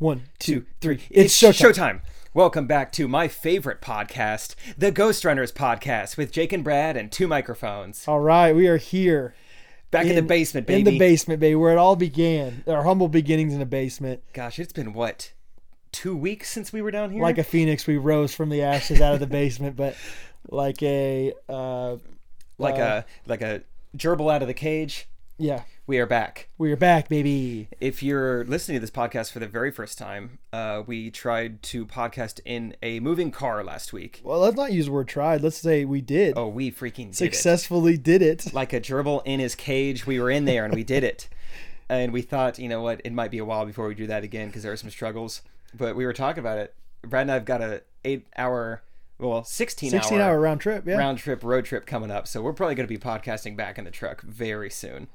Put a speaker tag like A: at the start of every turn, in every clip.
A: One, two, three. It's showtime.
B: showtime. Welcome back to my favorite podcast, the Ghost Runners podcast, with Jake and Brad and two microphones.
A: All right, we are here
B: Back in, the basement, baby.
A: in the basement, baby, where it all began. Our humble beginnings in the basement.
B: Gosh, it's been what, two weeks since we were down here?
A: Like a phoenix, we rose from the ashes out of the basement, but like a uh,
B: like
A: uh,
B: a like a gerbil out of the cage.
A: yeah,
B: We are back.
A: we are back, baby.
B: If you're listening to this podcast for the very first time, uh, we tried to podcast in a moving car last week.
A: Well, let's not use the word tried. Let's say we did
B: Oh, we freaking did it.
A: successfully did it.
B: like a gerbil in his cage. We were in there and we did it. And we thought, you know what, it might be a while before we do that again because there are some struggles. But we were talking about it. Brad and I've got a eight hour, well, sixteen,
A: Sixteen hour round trip. Yeah,
B: round trip road trip coming up. So we're probably going to be podcasting back in the truck very soon.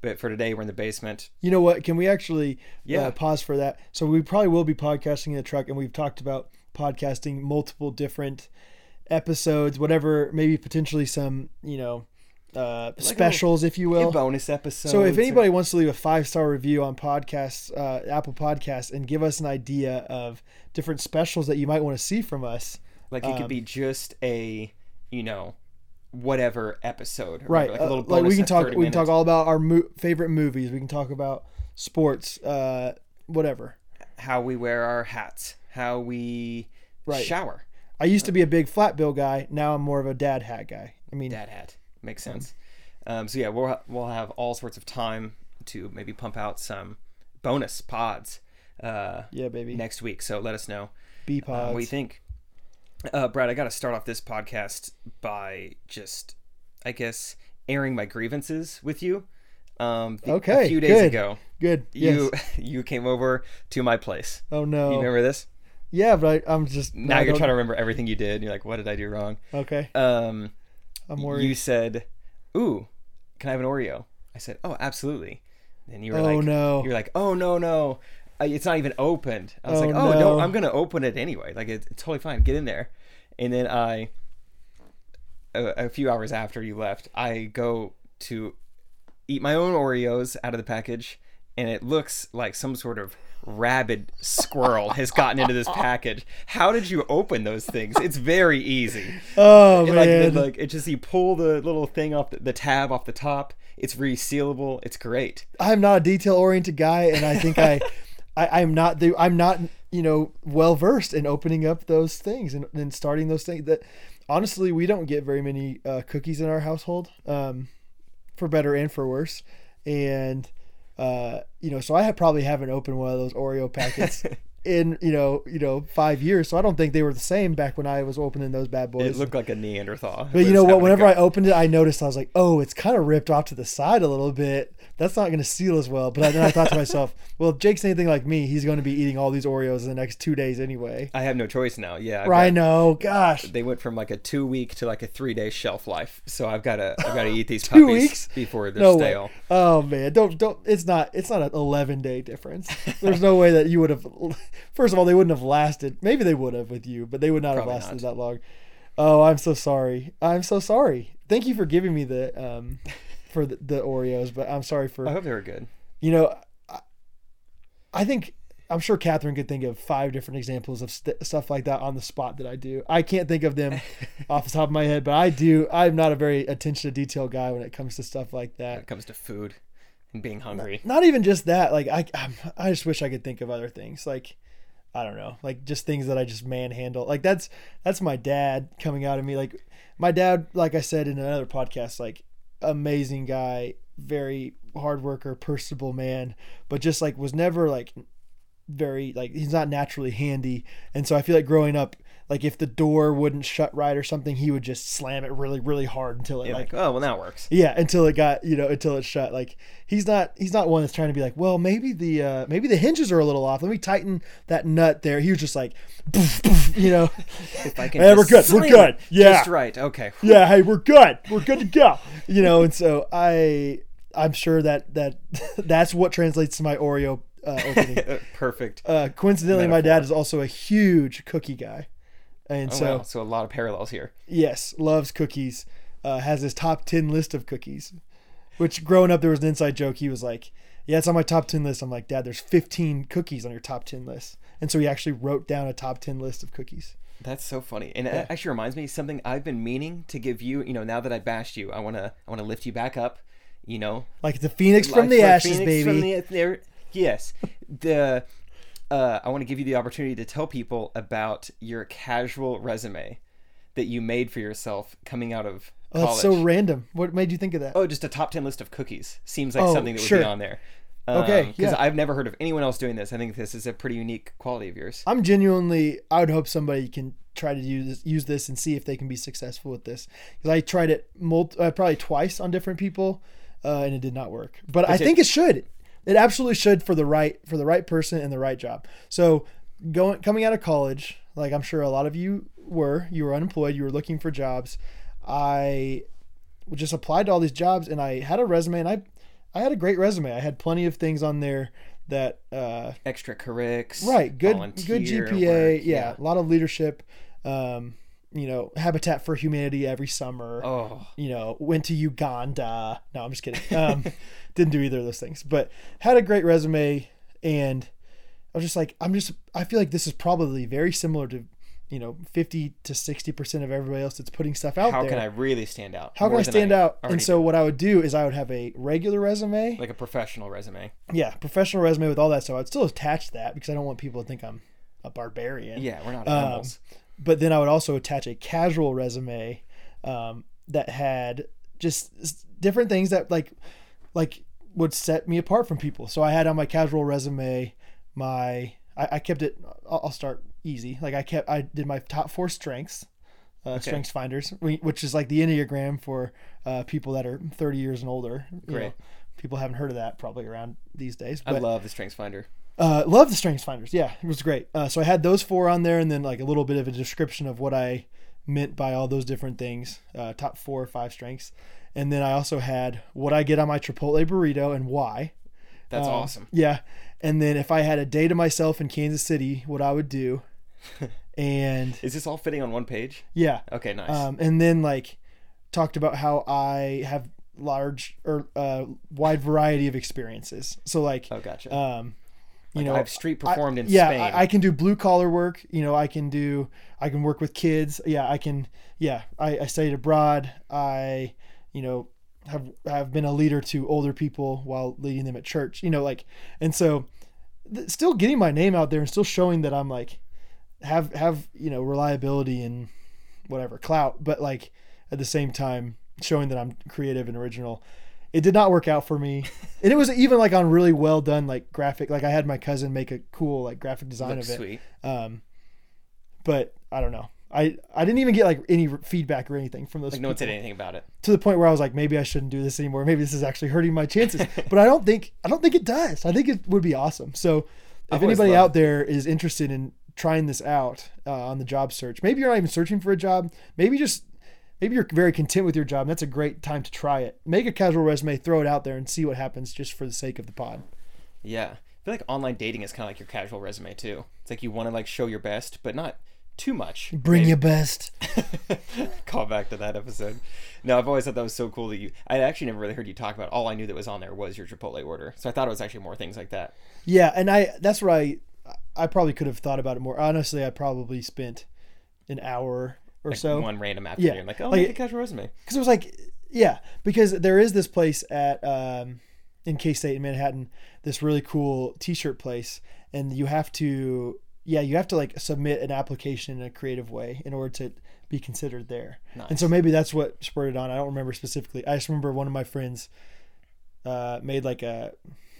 B: But for today, we're in the basement.
A: You know what? Can we actually
B: Yeah.
A: uh, pause for that? So we probably will be podcasting in the truck, and we've talked about podcasting multiple different episodes, whatever, maybe potentially some you know uh, specials, if you
B: A
A: will.
B: bonus episode.
A: So if anybody wants to leave a five star review on podcasts, uh, Apple Podcasts, and give us an idea of different specials that you might want to see from us,
B: like it could
A: um,
B: be just a, you know, whatever episode, or
A: right?
B: Like a little
A: uh,
B: bonus.
A: like we can
B: at
A: talk,
B: 30
A: we can talk
B: minutes.
A: all about our mo- favorite movies. We can talk about sports, uh, whatever.
B: how we wear our hats, how we
A: Right.
B: shower.
A: I used to be a big flat bill guy. Now I'm more of a dad hat guy. I mean,
B: dad hat. Makes sense. Um, so yeah, we'll ha- we'll have all sorts of time to maybe pump out some bonus pods uh,
A: yeah, baby.
B: next week. So let us know
A: B
B: uh,
A: pods.
B: what you think. Uh, Brad, I got to start off this podcast by just, I guess, airing my grievances with you. Um, the-
A: Okay,
B: A few days
A: good.
B: ago,
A: Good.
B: you
A: yes.
B: you came over to my place.
A: Oh no.
B: You remember this?
A: yeah, but I, I'm just
B: Now you're trying to remember everything you did. and You're like, what did I do wrong?
A: to. Okay.
B: Um,
A: I'm worried.
B: you said, "Ooh, can I have an Oreo?" I said, "Oh, absoletly." And you were
A: oh
B: like,
A: no.
B: "You were like, oh no no, I- it's not even opened." I was
A: Oh,
B: like, "Oh no.
A: no.
B: I'm gonna open it anyway. Like it's totally fine. Get in there." And then I, a, a few hours after you left, I go to eat my own Oreos out of the package, and it looks like some sort of rabid squirrel has gotten into this package. How did you open those things? It's very easy.
A: oh
B: And,
A: man.
B: like the, like it just you pull the little thing off the, the tab off the top it's resealable it's great
A: I'm not a detail oriented guy, and I think I, I I'm not the I'm not you know well versed in opening up those things and, and starting those things. That honestly, we don't get very many uh, cookies in our household, um, for better and for worse, and uh, you know, so I have probably haven't opened one of those Oreo packets. In you know you know five years, so I don't think they were the same back when I was opening those bad boys.
B: it looked like a neanderthal
A: But you know what? Whenever I opened it, I noticed I was like, "Oh, it's kind of ripped off to the side a little bit. That's not going to seal as well." But then I thought to myself, "Well, if Jake's anything like me, he's going to be eating all these Oreos in the next two days anyway."
B: i have no choice now yeah I've
A: I
B: got-
A: know. Gosh,
B: they went from like a two week to like a three day shelf life so i've got to i've got to eat these
A: Two
B: puppies
A: weeks?
B: before they're
A: no
B: stale
A: way. Oh man, don't don't. It's not. It's not an eleven day difference. There's no way that you would have. First of all, they wouldn't have lasted. Maybe they would have with you, but they would not
B: Probably
A: have lasted that long. Oh, I'm so sorry. I'm so sorry. Thank you for giving me the um, for the, the Oreos, but I'm sorry for
B: i hope they were good
A: you know, I, I think I'm sure Catherine could think of five different examples of st- stuff like that on the spot that I do. I can't think of them off the top of my head, but I do. I'm not a very attention to detail guy when it comes to stuff like
B: when
A: that.
B: it comes to food and being hungry
A: Not even just that. Like I, I'm, I just wish I could think of other things. Like I don't know, like just things that I just manhandle. Like that's that's my dad coming out of me. Like my dad, like I said in another podcast, like amazing guy, very hard worker, personable man, but just like was never like very like he's not naturally handy. And so I feel like growing up, like if the door wouldn't shut right or something, he would just slam it really, really hard until it
B: You're
A: like
B: like, oh well that works
A: yeah, until it got you know until it shut. Like he's not he's not one that's trying to be like, well maybe the uh, maybe the hinges are a little off. Let me tighten that nut there. He was just like, poof, poof, you know,
B: if i can
A: Hey, we're
B: just
A: good, we're
B: slam
A: good.
B: it
A: Yeah.
B: just right okay
A: yeah, hey, we're good, we're good to go, you know. And so I I'm sure that that that's what translates to my Oreo uh, opening.
B: perfect
A: Uh, coincidentally, my dad is also a huge cookie guy, and
B: oh,
A: so
B: wow. so a lot of parallels here
A: yes, loves cookies, uh, has his top 10 list of cookies, which growing up, there was an inside joke. He was like, yeah, it's on my top 10 list. I'm like, Dad, there's 15 cookies on your top 10 list. And so he actually wrote down a top 10 list of cookies.
B: That's so funny, and that actually reminds me of something I've been meaning to give you. You know, now that I bashed you, I wanna I wanna lift you back up. You know,
A: Like the Phoenix from
B: Like
A: the
B: for
A: ashes,
B: Phoenix from
A: baby.
B: the- there- yes, the uh, I want to give you the opportunity to tell people about your casual resume that you made for yourself coming out of
A: oh,
B: college.
A: that's so random. What made you think of that?
B: oh, just a top ten list of cookies seems like
A: Oh,
B: something that would
A: sure.
B: be on there.
A: Okay,
B: because
A: yeah.
B: I've never heard of anyone else doing this. I think this is a pretty unique quality of yours.
A: I'm genuinely. I would hope somebody can try to use use this and see if they can be successful with this. Because I tried it multi, uh, probably twice on different people, uh, and it did not work. But I think it should. It absolutely should for the right for the right person and the right job. So going coming out of college, like I'm sure a lot of you were, you were unemployed, you were looking for jobs. I just applied to all these jobs and I had a resume and I I had a great resume. I had plenty of things on there that uh
B: Extra currics,
A: right good good
B: volunteer
A: gpa
B: work,
A: yeah, a lot of leadership um you know habitat for humanity every summer
B: Oh,
A: you know went to uganda no i'm just kidding um didn't do either of those things but had a great resume and i was just like i'm just i feel like this is probably very similar to you know 50 to 60 percent of everybody else that's putting stuff out
B: how
A: there
B: can I really stand out?
A: how can
B: more
A: i
B: than
A: stand out and
B: already
A: so what i would do is i would have a regular resume
B: Like a professional resume.
A: yeah, professional resume with all that stuff. I'd still attach that because I don't want people to think I'm a barbarian.
B: Yeah, we're not
A: Um,
B: animals.
A: But then I would also attach a casual resume um, that had just s- different things that like like would set me apart from people. So I had on my casual resume my I, I kept it. I'll, I'll start easy. Like I kept I did my top four strengths. Uh, Strengths Finders, we- which is like the Enneagram for uh, people that are 30 years and older. You know,
B: Great.
A: people haven't heard of that probably around these days.
B: I
A: but-
B: love the Strengths Finder.
A: uh, love the strengths finders yeah it was great uh, so i had those four on there and then like a little bit of a description of what i meant by all those different things uh, top four or five strengths and then i also had what i get on my chipotle burrito and why
B: That's
A: um,
B: awesome.
A: yeah and then if i had a day to myself in kansas city what i would do and
B: Is this all fitting on one page?
A: yeah
B: Okay, nice.
A: um, and then like talked about how i have large or uh, wide variety of experiences so like
B: oh, gotcha.
A: um, you
B: you
A: know
B: know, I've street performed in
A: yeah,
B: Spain.
A: I, I can do blue collar work. You know, I can do, I can work with kids. Yeah, I can. Yeah, I, I studied abroad. I, you know, have have been a leader to older people while leading them at church. You know, like, and so, th- still getting my name out there and still showing that I'm like, have have you know reliability and whatever clout, but like at the same time showing that I'm creative and original. It did not work out for me, and it was even like on really well done like graphic. Like I had my cousin make a cool like graphic design
B: Looks
A: of it,
B: sweet.
A: um, but I don't know. I I didn't even get like any re- feedback or anything from those.
B: Like no one said
A: people.
B: anything about it.
A: To the point where I was like, maybe I shouldn't do this anymore. Maybe this is actually hurting my chances. but I don't think I don't think it does. I think it would be awesome. So if
B: I've always
A: anybody
B: loved-
A: out there is interested in trying this out uh, on the job search, maybe you're not even searching for a job. Maybe just maybe you're very content with your job. And that's a great time to try it. Make a casual resume, throw it out there, and see what happens. Just for the sake of the pod.
B: Yeah, I feel like online dating is kind of like your casual resume too. It's like you want to like show your best, but not too much.
A: Bring your best. Hmm.
B: Call back to that episode. No, I've always thought that was so cool that you. I actually never really heard you talk about. it. All I knew that was on there was your Chipotle order, so I thought it was actually more things like that.
A: Yeah, and I that's where I I probably could have thought about it more. Honestly, I probably spent an hour or
B: Like
A: so
B: one random afternoon, like oh,
A: Like-
B: make a casual resume.
A: because it was like yeah because there is this place at um, in K State in Manhattan this really cool T-shirt place and you have to yeah you have to like submit an application in a creative way in order to be considered there and so maybe that's what spurred it on I don't remember specifically I just remember one of my friends uh, made like a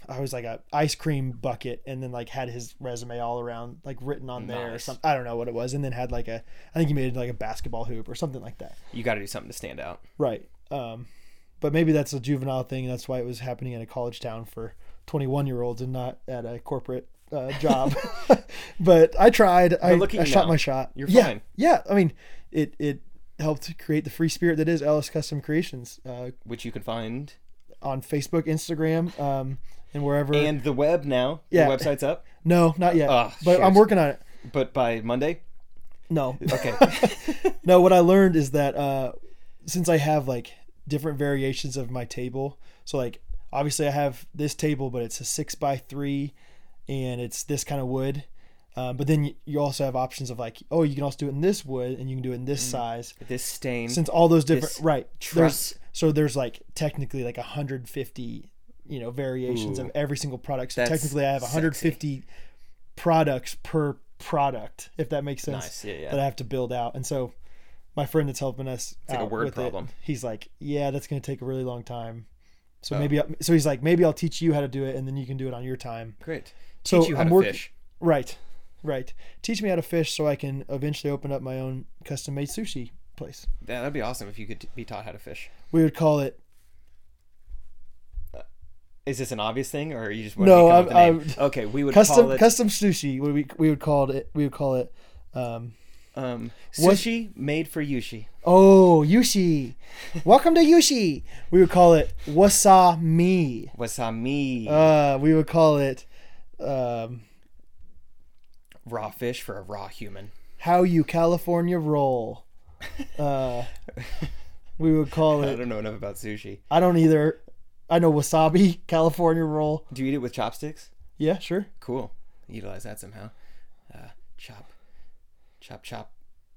A: I was like a ice cream bucket and then like had his resume all around like written on there or
B: Nice.
A: something I don't know what it was and then had like a I think he made like a basketball hoop or something like that
B: You got to do something to stand out.
A: Right. Um, but maybe that's a juvenile thing. That's why it was happening in a college town for 21 year olds and not at a corporate uh, job. but I tried. I,
B: But look at
A: I
B: you
A: shot
B: now.
A: my shot.
B: You're
A: yeah,
B: fine.
A: Yeah. I mean, it, it helped create the free spirit that is Ellis Custom Creations uh,
B: which you can find
A: on Facebook, Instagram, um, and wherever.
B: and the web now.
A: Yeah.
B: the website's up,
A: no, not yet.
B: Ah,
A: but I'm
B: shoot.
A: working on it.
B: but by Monday,
A: No.
B: okay,
A: no, what I learned is that uh, since I have like different variations of my table, so like obviously I have this table, but it's a six by three, and it's this kind of wood. Um, but then you- you also have options of like, oh, you can also do it in this wood, and you can do it in this size.
B: This stain.
A: Since all those different
B: This
A: right,
B: truss.
A: there's, so there's like technically like 150, you know, variations
B: Ooh.
A: of every single product. So
B: That's
A: technically, I have 150 products per product, if that makes sense
B: nice. Yeah,
A: that
B: yeah.
A: I have to build out. And so my friend that's helping us
B: like a
A: out
B: word
A: with it,
B: problem.
A: he's like, yeah, that's going to take a really long time. So
B: Oh.
A: maybe I- so he's like maybe I'll teach you how to do it and then you can do it on your time.
B: Great.
A: So
B: Teach you how
A: I'm
B: to
A: working-
B: fish.
A: Right. Right. Teach me how to fish so I can eventually open up my own custom made sushi place.
B: Yeah, that'd be awesome if you could t- be taught how to fish.
A: We would call it
B: Is this an obvious thing, or are you just
A: No,
B: wanting to come
A: I'm-
B: up with a name? okay, we would
A: custom
B: call it
A: custom sushi. We, we we would call it we would call it um
B: um,
A: What-
B: sushi made for Yushi.
A: oh yushi. Welcome to yushi. We would call it wasami.
B: Wasami
A: Uh we would call it um
B: raw fish for a raw human.
A: how you California roll. Uh, we would call
B: I
A: it.
B: don't know enough about sushi.
A: I don't either. I know wasabi California roll.
B: Do you eat it with chopsticks?
A: Yeah, sure.
B: Cool. Utilize that somehow. Uh, chop, chop, chop,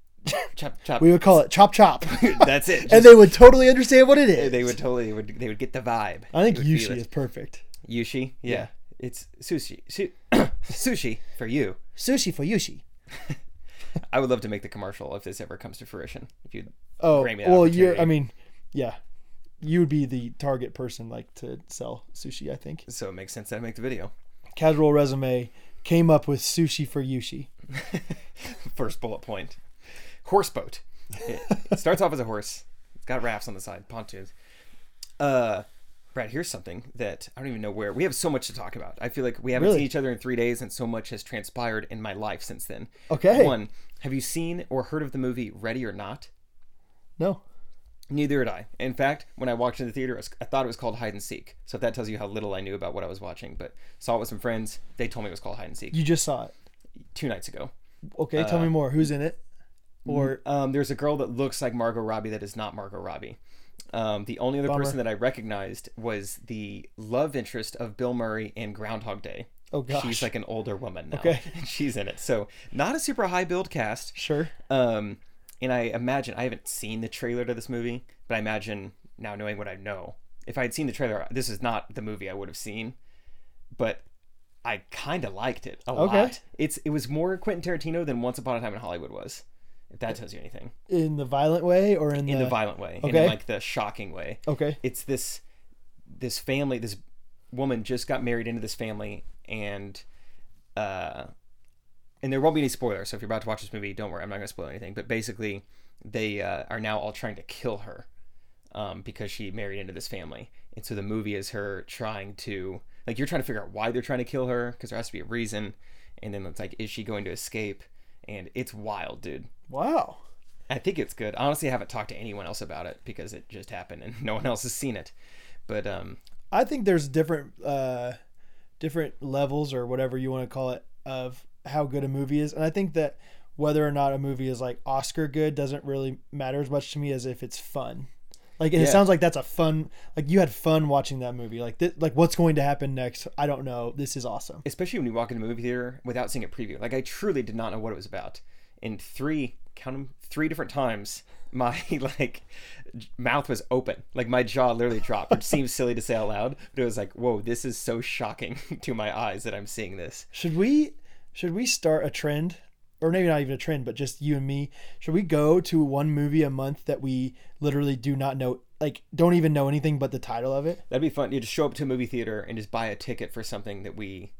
B: chop, chop.
A: We would call it chop chop,
B: That's it.
A: and
B: Just-
A: they would totally understand what it is.
B: they would totally they would they would get the vibe.
A: I think
B: They would feel
A: yushi
B: it.
A: is perfect.
B: Yushi. Yeah.
A: Yeah.
B: It's sushi. Su- sushi for you.
A: Sushi for yushi.
B: I would love to make the commercial if this ever comes to fruition. If you
A: Oh,
B: Great
A: well, you're.
B: opportunity.
A: I mean, yeah, you would be the target person like to sell sushi. I think
B: so it makes sense that I make the video.
A: casual resume came up with sushi for yushi.
B: First bullet point. Horse boat. It, it starts off as a horse. It's got rafts on the side, pontoons. Uh Brad, here's something that I don't even know where we have so much to talk about. I feel like we haven't
A: Really?
B: seen each other in three days and so much has transpired in my life since then.
A: Okay.
B: One, have you seen or heard of the movie Ready or Not?
A: No,
B: Neither had I. In fact, when I walked in the theater, I was- I thought it was called Hide and Seek. So if that tells you how little I knew about what I was watching, but saw it with some friends. They told me it was called Hide and Seek
A: you just saw it.
B: two nights ago.
A: Okay, tell me more. Who's in it? Or
B: Um, there's a girl that looks like Margot Robbie that is not Margot Robbie. Um, the only other person that I recognized was the love interest of Bill Murray in Groundhog Day.
A: oh gosh,
B: She's like an older woman now.
A: Okay.
B: She's in it. So not a super high build cast.
A: sure.
B: Um, and I imagine I haven't seen the trailer to this movie, but I imagine now knowing what I know, if I had seen the trailer, this is not the movie I would have seen, but I kind of liked it a
A: Okay.
B: lot. It's it was more Quentin Tarantino than Once Upon a Time in Hollywood was, if
A: Uh,
B: that tells you anything.
A: in the violent way or in,
B: In
A: the,
B: the violent way, and in
A: uh, okay.
B: like the shocking way.
A: okay
B: It's this this family, this woman just got married into this family, and uh, and there won't be any spoilers. So if you're about to watch this movie, don't worry, I'm not going to spoil anything. But basically, they uh, are now all trying to kill her um, because she married into this family, and so the movie is her trying to like you're trying to figure out why they're trying to kill her because there has to be a reason, and then it's like is she going to escape? And it's wild, dude.
A: wow
B: I think it's good. Honestly, I haven't talked to anyone else about it because it just happened and no one else has seen it. But um,
A: i think there's different uh different levels or whatever you want to call it of how good a movie is and i think that whether or not a movie is like oscar good doesn't really matter as much to me as if it's fun like and it
B: Yeah.
A: sounds like that's a fun like you had fun watching that movie like this, like what's going to happen next i don't know this is awesome
B: especially when you walk into a movie theater without seeing a preview, like I truly did not know what it was about. And three, count them, three different times, my like j- mouth was open, like my jaw literally dropped. It seems silly to say out loud, but it was like, whoa, this is so shocking to my eyes that I'm seeing this.
A: Should we should we start a trend? Or maybe not even a trend, but just you and me. Should we go to one movie a month that we literally do not know like don't even know anything but the title of it?
B: That'd be fun. You just show up to a movie theater and just buy a ticket for something that we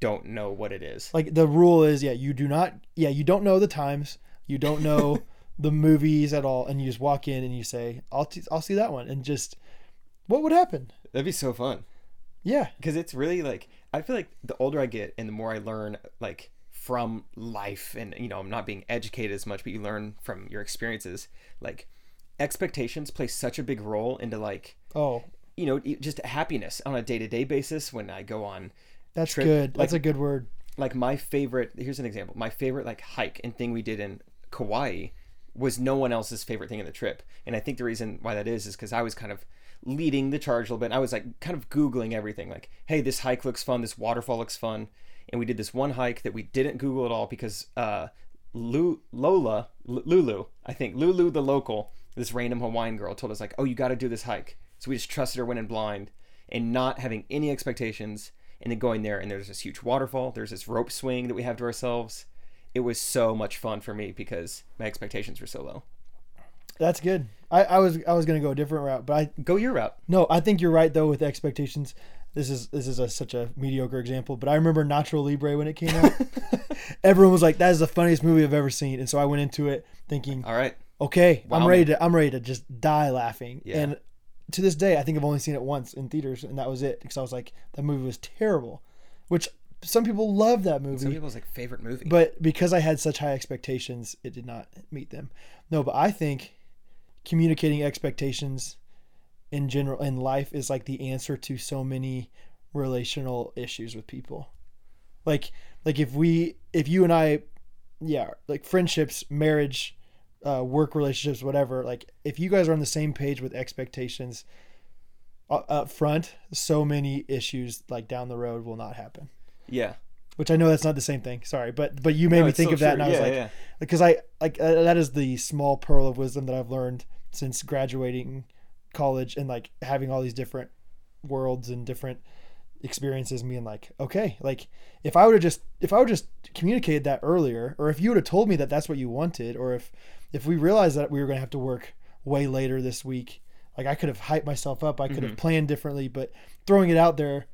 B: don't know what it is.
A: Like the rule is yeah, you do not yeah, you don't know the times, you don't know the movies at all and you just walk in and you say, "I'll t- I'll see that one." And just what would happen?
B: That'd be so fun.
A: Yeah.
B: because it's really like I feel like the older I get and the more I learn like from life and you know I'm not being educated as much but you learn from your experiences like expectations play such a big role into like
A: Oh,
B: you know e- just happiness on a day-to-day basis when I go on
A: that's
B: Trip-
A: good. That's a good word.
B: like my favorite here's an example my favorite like hike and thing we did in Kauai was no one else's favorite thing in the trip and I think the reason why that is is because I was kind of leading the charge a little bit. And I was like kind of Googling everything, like, hey, this hike looks fun, this waterfall looks fun. And we did this one hike that we didn't Google at all because uh, Lu- Lola, L- Lulu, I think, Lulu the local, this random Hawaiian girl told us, like, oh, you got to do this hike. So we just trusted her, went in blind and not having any expectations. And then going there, and there's this huge waterfall, there's this rope swing that we have to ourselves. It was so much fun for me because my expectations were so low.
A: That's good. I, I was I was gonna go a different route, but I
B: Go your route.
A: no, I think you're right though with expectations. This is this is a, such a mediocre example, but I remember Nacho Libre when it came out. Everyone was like, "That is the funniest movie I've ever seen," and so I went into it thinking,
B: All right.
A: "Okay,
B: Wow,
A: I'm ready to I'm ready to just die laughing."
B: Yeah.
A: And to this day, I think I've only seen it once in theaters, and that was it because I was like, "That movie was terrible," which some people love that movie.
B: Some people's like favorite movie.
A: but because I had such high expectations, it did not meet them. No, but I think communicating expectations in general in life is like the answer to so many relational issues with people. Like like if we if you and I yeah, like friendships, marriage, uh, work relationships, whatever, like if you guys are on the same page with expectations u- up front, so many issues like down the road will not happen
B: yeah.
A: which I know that's not the same thing. Sorry, but but you made
B: No,
A: me
B: it's
A: think
B: so
A: of that, and
B: true.
A: I was
B: Yeah,
A: like,
B: yeah.
A: because I like uh, that is the small pearl of wisdom that I've learned since graduating college and like having all these different worlds and different experiences and being like okay like if i would have just if i would just communicated that earlier or if you would have told me that that's what you wanted or if if we realized that we were going to have to work way later this week like i could have hyped myself up i could
B: Mm-hmm.
A: have planned differently but throwing it out there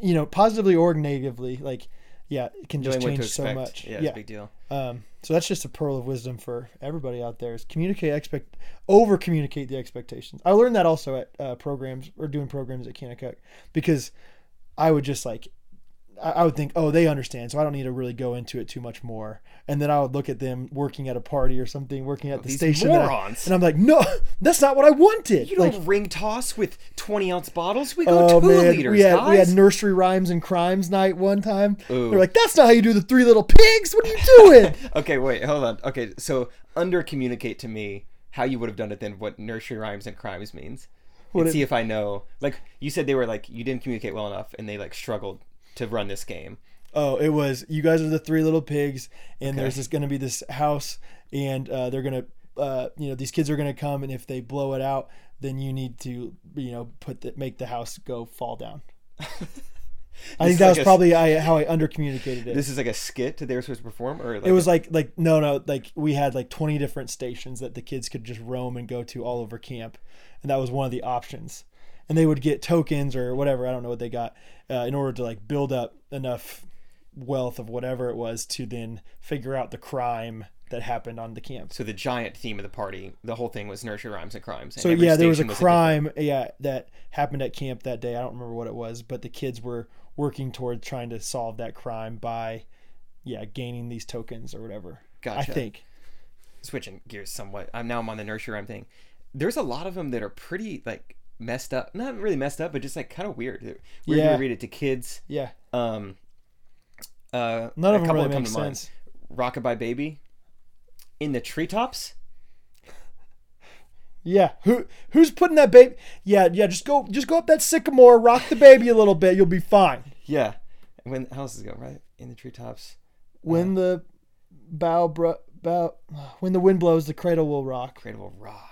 A: you know positively or negatively like yeah it can just
B: Knowing what to
A: change so
B: expect.
A: much
B: Yeah, it's a big deal.
A: um, so that's just a pearl of wisdom for everybody out there is communicate expect over communicate the expectations. I learned that also at uh, programs or doing programs at Kennebec because I would just like I, I would think oh they understand so I don't need to really go into it too much more and then I would look at them working at a party or something working at the
B: Oh, These
A: station that I-
B: morons.
A: and I'm like no that's not what I wanted
B: You
A: like
B: don't ring toss with 20 ounce bottles. We go
A: Oh
B: two
A: man,
B: liters,
A: we had we had
B: guys.
A: nursery rhymes and crimes night one time.
B: Ooh.
A: They're like, "That's not how you do the Three Little Pigs. What are you doing?"
B: okay, wait, hold on. Okay, so under communicate to me how you would have done it then, what nursery rhymes and crimes means. and
A: it-
B: see if I know. Like, you said they were like, you didn't communicate well enough and they like struggled to run this game.
A: Oh, it was you guys are the three little pigs, and there's just gonna be this house, and uh, they're gonna, uh, you know, these kids are gonna come, and if they blow it out, then you need to, you know, put the, make the house go fall down. I think
B: is
A: that
B: like
A: was
B: a s-
A: probably I, how I undercommunicated it.
B: This is like a skit that they were supposed to perform or like
A: it was like like no no like we had like 20 different stations that the kids could just roam and go to all over camp and that was one of the options and they would get tokens or whatever i don't know what they got uh, in order to like build up enough wealth of whatever it was to then figure out the crime that happened on the camp
B: so the giant theme of the party, the whole thing was nursery rhymes and crimes. and
A: so
B: every
A: yeah there was a
B: station different-
A: crime yeah that happened at camp that day i don't remember what it was but the kids were working toward trying to solve that crime by yeah gaining these tokens or whatever i
B: Gotcha.
A: think
B: switching gears somewhat. I'm now I'm on the nursery rhyme thing. There's a lot of them that are pretty like messed up. Not really messed up, but just like kind of weird. They're Weird
A: Yeah.
B: to read it to kids.
A: yeah
B: Um, uh,
A: None
B: a
A: of them
B: couple
A: really
B: that come
A: make
B: to mind.
A: sense.
B: Rockabye baby, in the treetops.
A: Yeah, who who's putting that baby? Yeah, yeah. Just go, just go up that sycamore, rock the baby a little bit. You'll be fine.
B: Yeah, when how else does it go right in the treetops?
A: When the bow bro, bow, when the wind blows, the cradle will rock.
B: Cradle will rock.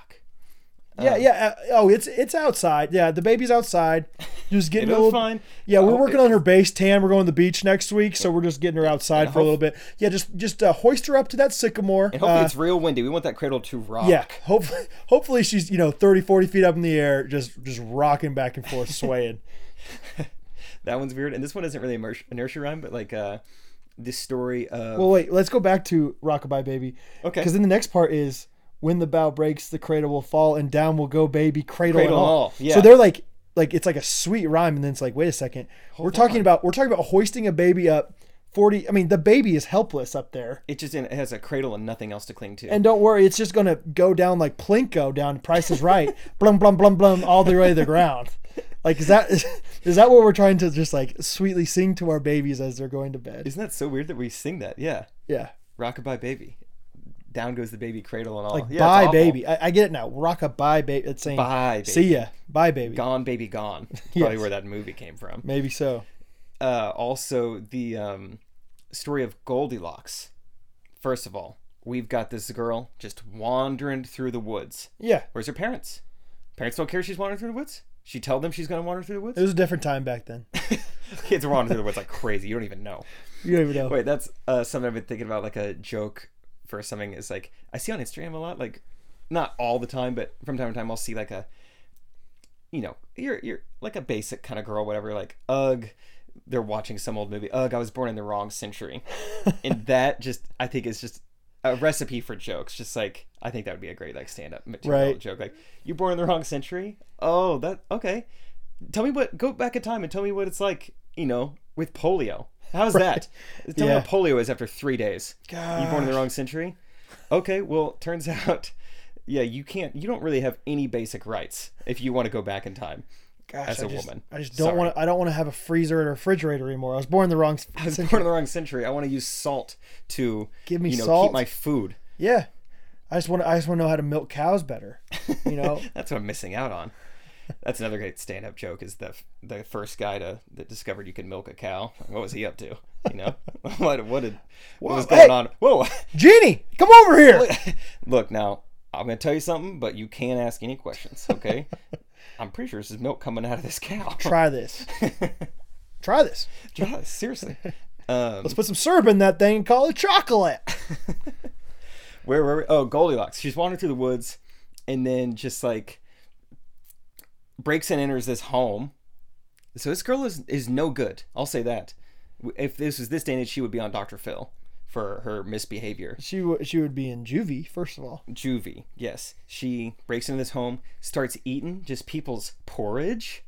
A: Yeah, yeah. uh, oh, it's it's outside. Yeah, the baby's outside. Just getting a
B: It'll
A: little.
B: be fine.
A: Yeah, we're
B: Oh,
A: working on her base tan. We're going to the beach next week, so we're just getting her outside for a
B: hope-
A: little bit. Yeah, just just uh, hoist her up to that sycamore.
B: And hopefully
A: uh,
B: it's real windy. We want that cradle to rock.
A: yeah, hopefully, hopefully she's you know 30, 40 feet up in the air, just just rocking back and forth, swaying.
B: that one's weird. And this one isn't really a mersh- a nursery rhyme, but like uh, this story of
A: Well, wait. Let's go back to Rockabye Baby.
B: Okay.
A: Because then the next part is when the bow breaks, the cradle will fall, and down will go baby, cradle,
B: Cradle
A: and all.
B: all, yeah.
A: So they're like, like it's like a sweet rhyme, and then it's like, wait a second. we're talking about we're talking about hoisting a baby up. Forty. I mean, the baby is helpless up there.
B: it just it has a cradle and nothing else to cling to.
A: And don't worry, it's just gonna go down like plinko down. Price is right, blum blum blum blum, all the way to the ground. Like is that is, is that what we're trying to just like sweetly sing to our babies as they're going to bed?
B: Isn't that so weird that we sing that? Yeah.
A: Yeah.
B: Rockabye Baby. down goes the baby cradle and all.
A: Like
B: Oh, Yeah, it's
A: bye
B: awful.
A: baby. I, I get it now. Rock a bye baby. It's saying
B: Bye baby.
A: see ya. Bye baby.
B: Gone baby gone. Probably
A: Yes.
B: where that movie came from.
A: Maybe so.
B: uh, also the um, story of Goldilocks. First of all, we've got this girl just wandering through the woods.
A: Yeah.
B: Where's her parents? Parents don't care she's wandering through the woods. She tell them she's gonna wander through the
A: It
B: woods.
A: was a different time back then.
B: Kids are wandering through the woods like crazy. You don't even know.
A: You don't even know.
B: Wait, that's uh, something I've been thinking about, like a joke for something. Is like I see on Instagram a lot, like not all the time, but from time to time, I'll see like a, you know, you're you're like a basic kind of girl, whatever. Like, ugh, they're watching some old movie. Ugh, I was born in the wrong century, and that just I think is just a recipe for jokes. Just like I think that would be a great like stand up material
A: Right.
B: joke. Like, you're born in the wrong century. Oh, that okay tell me what go back in time and tell me what it's like you know with polio how's that tell me
A: Yeah.
B: what polio is after three days you born in the wrong century okay well turns out yeah you can't you don't really have any basic rights if you want to go back in time
A: Gosh,
B: as
A: I
B: a
A: just-
B: woman.
A: I just don't
B: Sorry.
A: want. I don't want to have a freezer and a refrigerator anymore. I was born in the wrong.
B: i was born in the wrong century i want to use salt to
A: Give me
B: you know
A: salt.
B: keep my food
A: yeah. I just want. I just want to know how to milk cows better. You know.
B: that's what i'm missing out on that's another great stand-up joke is the the first guy to that discovered you could milk a cow what was he up to you know what what did what was going
A: hey.
B: on whoa
A: Jeannie, come over here.
B: Look, now I'm gonna tell you something, but you can't ask any questions, okay? I'm pretty sure this is milk coming out of this cow.
A: Try this. Try this.
B: Try this, seriously. Um,
A: Let's put some syrup in that thing and call it chocolate.
B: where were we? Oh, Goldilocks. She's wandering through the woods, and then just like breaks and enters this home. So this girl is is no good. I'll say that. W- If this was this day and age, she would be on Dr. Phil for her misbehavior.
A: She w- she would be in juvie first of all.
B: juvie. Yes, she breaks into this home, starts eating just people's porridge.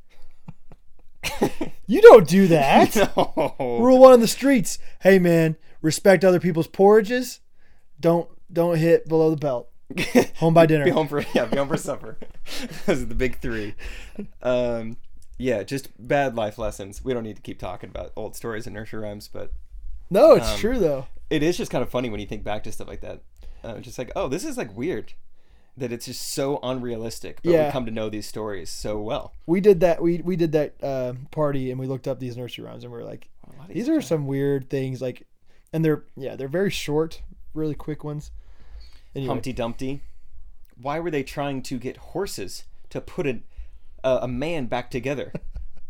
A: You don't do that.
B: No.
A: Rule one on the streets. Hey man, respect other people's porridges. Don't don't hit below the belt. Home by dinner.
B: be home for yeah, be home for supper. Those are the big three. Um, yeah, just bad life lessons. We don't need to keep talking about old stories and nursery rhymes, but
A: No,
B: Um,
A: it's true though.
B: it is just kind of funny when you think back to stuff like that. Uh, just like, oh, this is like weird that it's just so unrealistic, but
A: Yeah.
B: we come to know these stories so well.
A: We did that. We we did that uh, party and we looked up these nursery rhymes and we were like,
B: lot of
A: these are some weird things. Like, and they're yeah, they're very short, really quick ones. Anyway,
B: Humpty Dumpty. Why were they trying to get horses to put a, a, a man back together?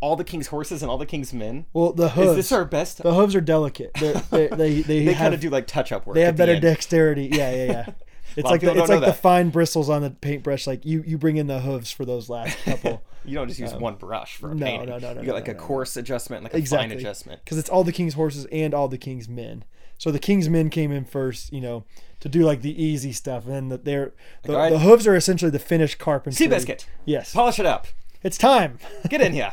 B: all the king's horses and all the king's men.
A: well the
B: Is
A: hooves.
B: this our best?
A: the hooves are delicate. They're, they they they,
B: They kind
A: have
B: of do like touch up work.
A: they have
B: at the
A: better
B: end.
A: dexterity. Yeah, yeah, yeah. It's
B: lot of
A: like the,
B: people
A: it's
B: don't
A: like the
B: know that.
A: fine bristles on the paintbrush. Like you you bring in the hooves for those last couple.
B: You don't just use one brush for a
A: no,
B: painting.
A: no, no, no,
B: You
A: no,
B: got like
A: no,
B: a
A: no, no.
B: coarse adjustment, like a
A: Exactly.
B: fine adjustment.
A: because it's all the king's horses and all the king's men. So the king's men came in first, you know, to do like the easy stuff, and then the, they're the,
B: all right.
A: the hooves are essentially the finished carpentry.
B: Seabiscuit,
A: Yes,
B: polish it up.
A: it's time.
B: Get in here.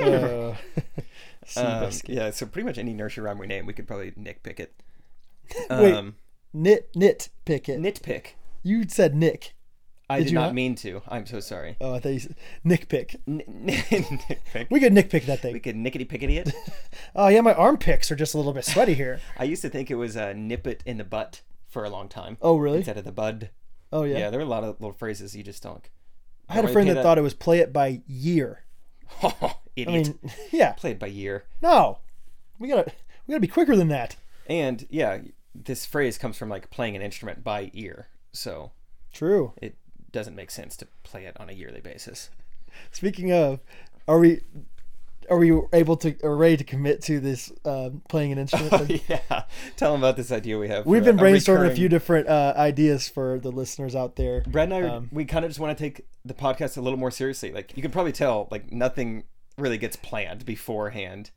A: Uh,
B: Um,
A: Seabiscuit.
B: yeah, so pretty much any nursery rhyme we name, we could probably nitpick it.
A: Wait.
B: Um,
A: Nit nit pick it.
B: nitpick.
A: You said Nick.
B: I
A: Did
B: did,
A: you
B: not
A: not?
B: mean to. I'm so sorry.
A: Oh, I thought you said Nick pick.
B: N- nitpick.
A: We could Nick pick that
B: We
A: thing.
B: could nickety pickety it.
A: Oh yeah, my arm picks are just a little bit sweaty here.
B: I used to think it was uh, nip it in the butt for a long time.
A: Oh really?
B: Instead of the bud.
A: Oh yeah.
B: Yeah. there are a lot of little phrases you just don't.
A: I had a
B: Why
A: friend
B: pay
A: that thought it was play it by year.
B: Idiot.
A: I mean, yeah.
B: Played by year.
A: No, we gotta we gotta be quicker than that.
B: And yeah, this phrase comes from like playing an instrument by ear. So
A: True.
B: it doesn't make sense to play it on a yearly basis.
A: Speaking of, are we are we able to are ready to commit to this um, playing an instrument? thing?
B: yeah. Tell them about this idea we have. for
A: We've
B: a-
A: been
B: a
A: brainstorming a
B: recurring-
A: few different uh, ideas for the listeners out there.
B: Brad and I,
A: Um,
B: are we kind of just want to take the podcast a little more seriously. Like you can probably tell, like nothing really gets planned beforehand,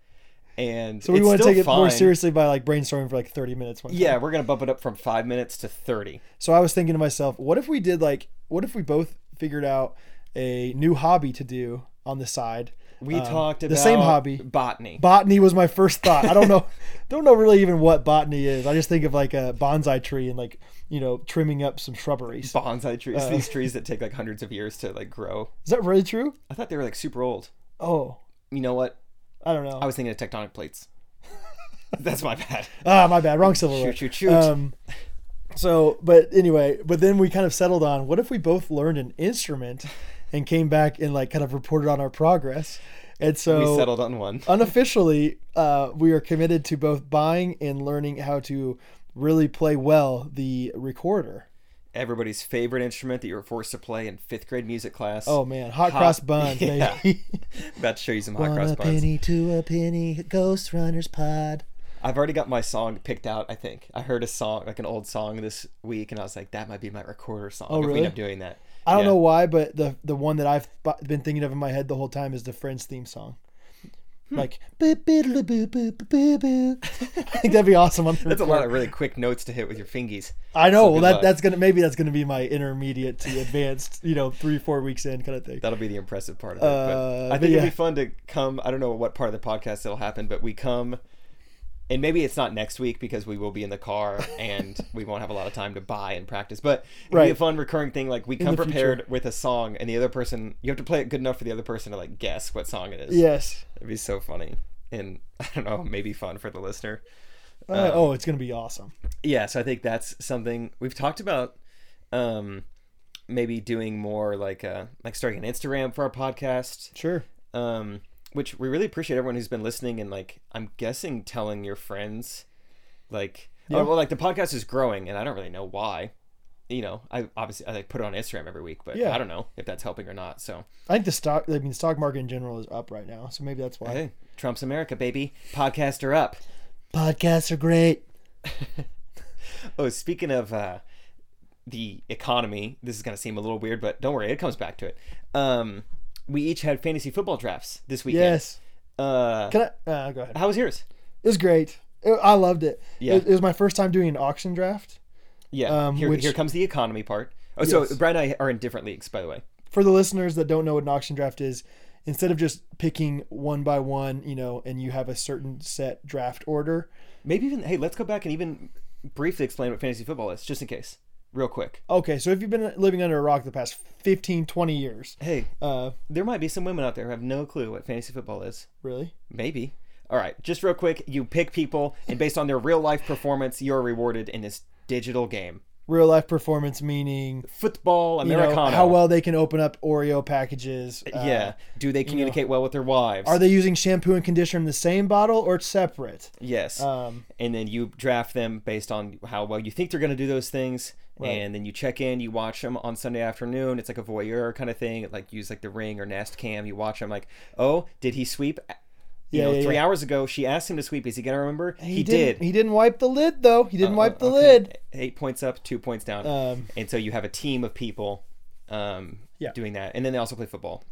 B: and
A: So we
B: it's
A: want to
B: still
A: take it more
B: fine.
A: seriously by like brainstorming for like thirty minutes. One
B: Yeah, we're gonna bump it up from five minutes to thirty.
A: So I was thinking to myself, what if we did like, what if we both figured out a new hobby to do on the side?
B: We
A: Um,
B: talked about
A: the same hobby.
B: botany.
A: Botany was my first thought. I don't know, don't know really even what botany is. I just think of like a bonsai tree and like you know trimming up some shrubberies.
B: bonsai trees.
A: Uh.
B: These trees that take like hundreds of years to like grow.
A: Is that really true?
B: I thought they were like super old.
A: Oh,
B: You know what?
A: I don't
B: I
A: know.
B: was thinking of tectonic plates. That's my bad.
A: Ah, my bad. Wrong silverware.
B: Shoot, shoot, shoot.
A: Um, So, but anyway, but then we kind of settled on what if we both learned an instrument and came back and like kind of reported on our progress. And so
B: we settled on one.
A: unofficially, uh, we are committed to both buying and learning how to really play well the recorder.
B: Everybody's favorite instrument that you were forced to play in fifth grade music class.
A: Oh man, hot,
B: Hot-
A: cross buns,
B: Yeah.
A: baby.
B: About to show you some hot
A: One
B: cross
A: a
B: buns.
A: penny, two a penny, Ghost Runners pod.
B: I've already got my song picked out. I think I heard a song, like an old song, this week, and I was like, that might be my recorder song.
A: Oh,
B: if we
A: really?
B: end up doing that.
A: I don't
B: Yeah.
A: know why, but the the one that I've bu- been thinking of in my head the whole time is the Friends theme song.
B: Hmm.
A: Like boop boop boop boop boop boop. I think that'd be awesome. On the
B: That's a
A: recorder.
B: lot of really quick notes to hit with your fingies.
A: I know.
B: So
A: well,
B: good
A: that
B: luck.
A: that's gonna maybe that's gonna be my intermediate to advanced. You know, three four weeks in kind of thing.
B: That'll be the impressive part of it. but
A: Uh,
B: I
A: but
B: think it'd
A: yeah.
B: be fun to come. I don't know what part of the podcast it'll happen, but we come, and maybe it's not next week because we will be in the car and we won't have a lot of time to buy and practice. But it'd be a
A: Right.
B: fun recurring thing. Like we come
A: the future.
B: prepared with a song, and the other person you have to play it good enough for the other person to like guess what song it is.
A: Yes.
B: it'd be so funny, and I don't know, maybe fun for the listener. Um,
A: Uh, oh, it's gonna be awesome.
B: yeah so i think that's something we've talked about um maybe doing more like uh like starting an instagram for our podcast
A: Sure.
B: um which we really appreciate everyone who's been listening and like i'm guessing telling your friends like oh, well like the podcast is growing and i don't really know why you know i obviously i like put it on instagram every week but
A: Yeah.
B: i don't know if that's helping or not so
A: I think the stock. I mean, stock market in general is up right now, so maybe that's why.
B: hey trump's america baby podcast are up
A: Podcasts are great.
B: Oh, speaking of uh, the economy, this is going to seem a little weird, but don't worry, it comes back to it. Um, we each had fantasy football drafts this weekend.
A: Yes.
B: Uh,
A: Can I? Uh, go ahead.
B: how was yours?
A: It was great. It- I loved it.
B: Yeah.
A: It, it was my first time doing an auction draft.
B: Yeah.
A: Um,
B: here,
A: which-
B: here comes the economy part. Oh, so
A: Yes.
B: Brian and I are in different leagues, by the way.
A: For the listeners that don't know what an auction draft is, instead of just picking one by one, you know, and you have a certain set draft order.
B: Maybe even, hey, let's go back and even briefly explain what fantasy football is, just in case, real quick.
A: Okay, so if you've been living under a rock the past 15, 20 years,
B: Hey,
A: uh,
B: there might be some women out there who have no clue what fantasy football is.
A: really?
B: Maybe. All right, just real quick, you pick people, and based on their real life performance, you're rewarded in this digital game.
A: Real life performance meaning
B: football,
A: you know,
B: Americana.
A: how well they can open up Oreo packages. uh,
B: yeah. Do they communicate well with their wives?
A: Are they using shampoo and conditioner in the same bottle or separate?
B: yes.
A: Um,
B: and then you draft them based on how well you think they're going to do those things. And then you check in, you watch them on Sunday afternoon. It's like a voyeur kind of thing. Like use like the ring or Nest Cam. You watch them like, oh, did he sweep? You
A: Yeah,
B: know,
A: yeah,
B: three
A: yeah.
B: hours ago she asked him to sweep. Is he gonna remember? He,
A: didn't-
B: did. Uh,
A: He didn't wipe the lid though. He didn't wipe the
B: Okay.
A: lid.
B: Eight points up, two points down.
A: Um,
B: and so you have a team of people um,
A: Yeah.
B: doing that. And then they also play football.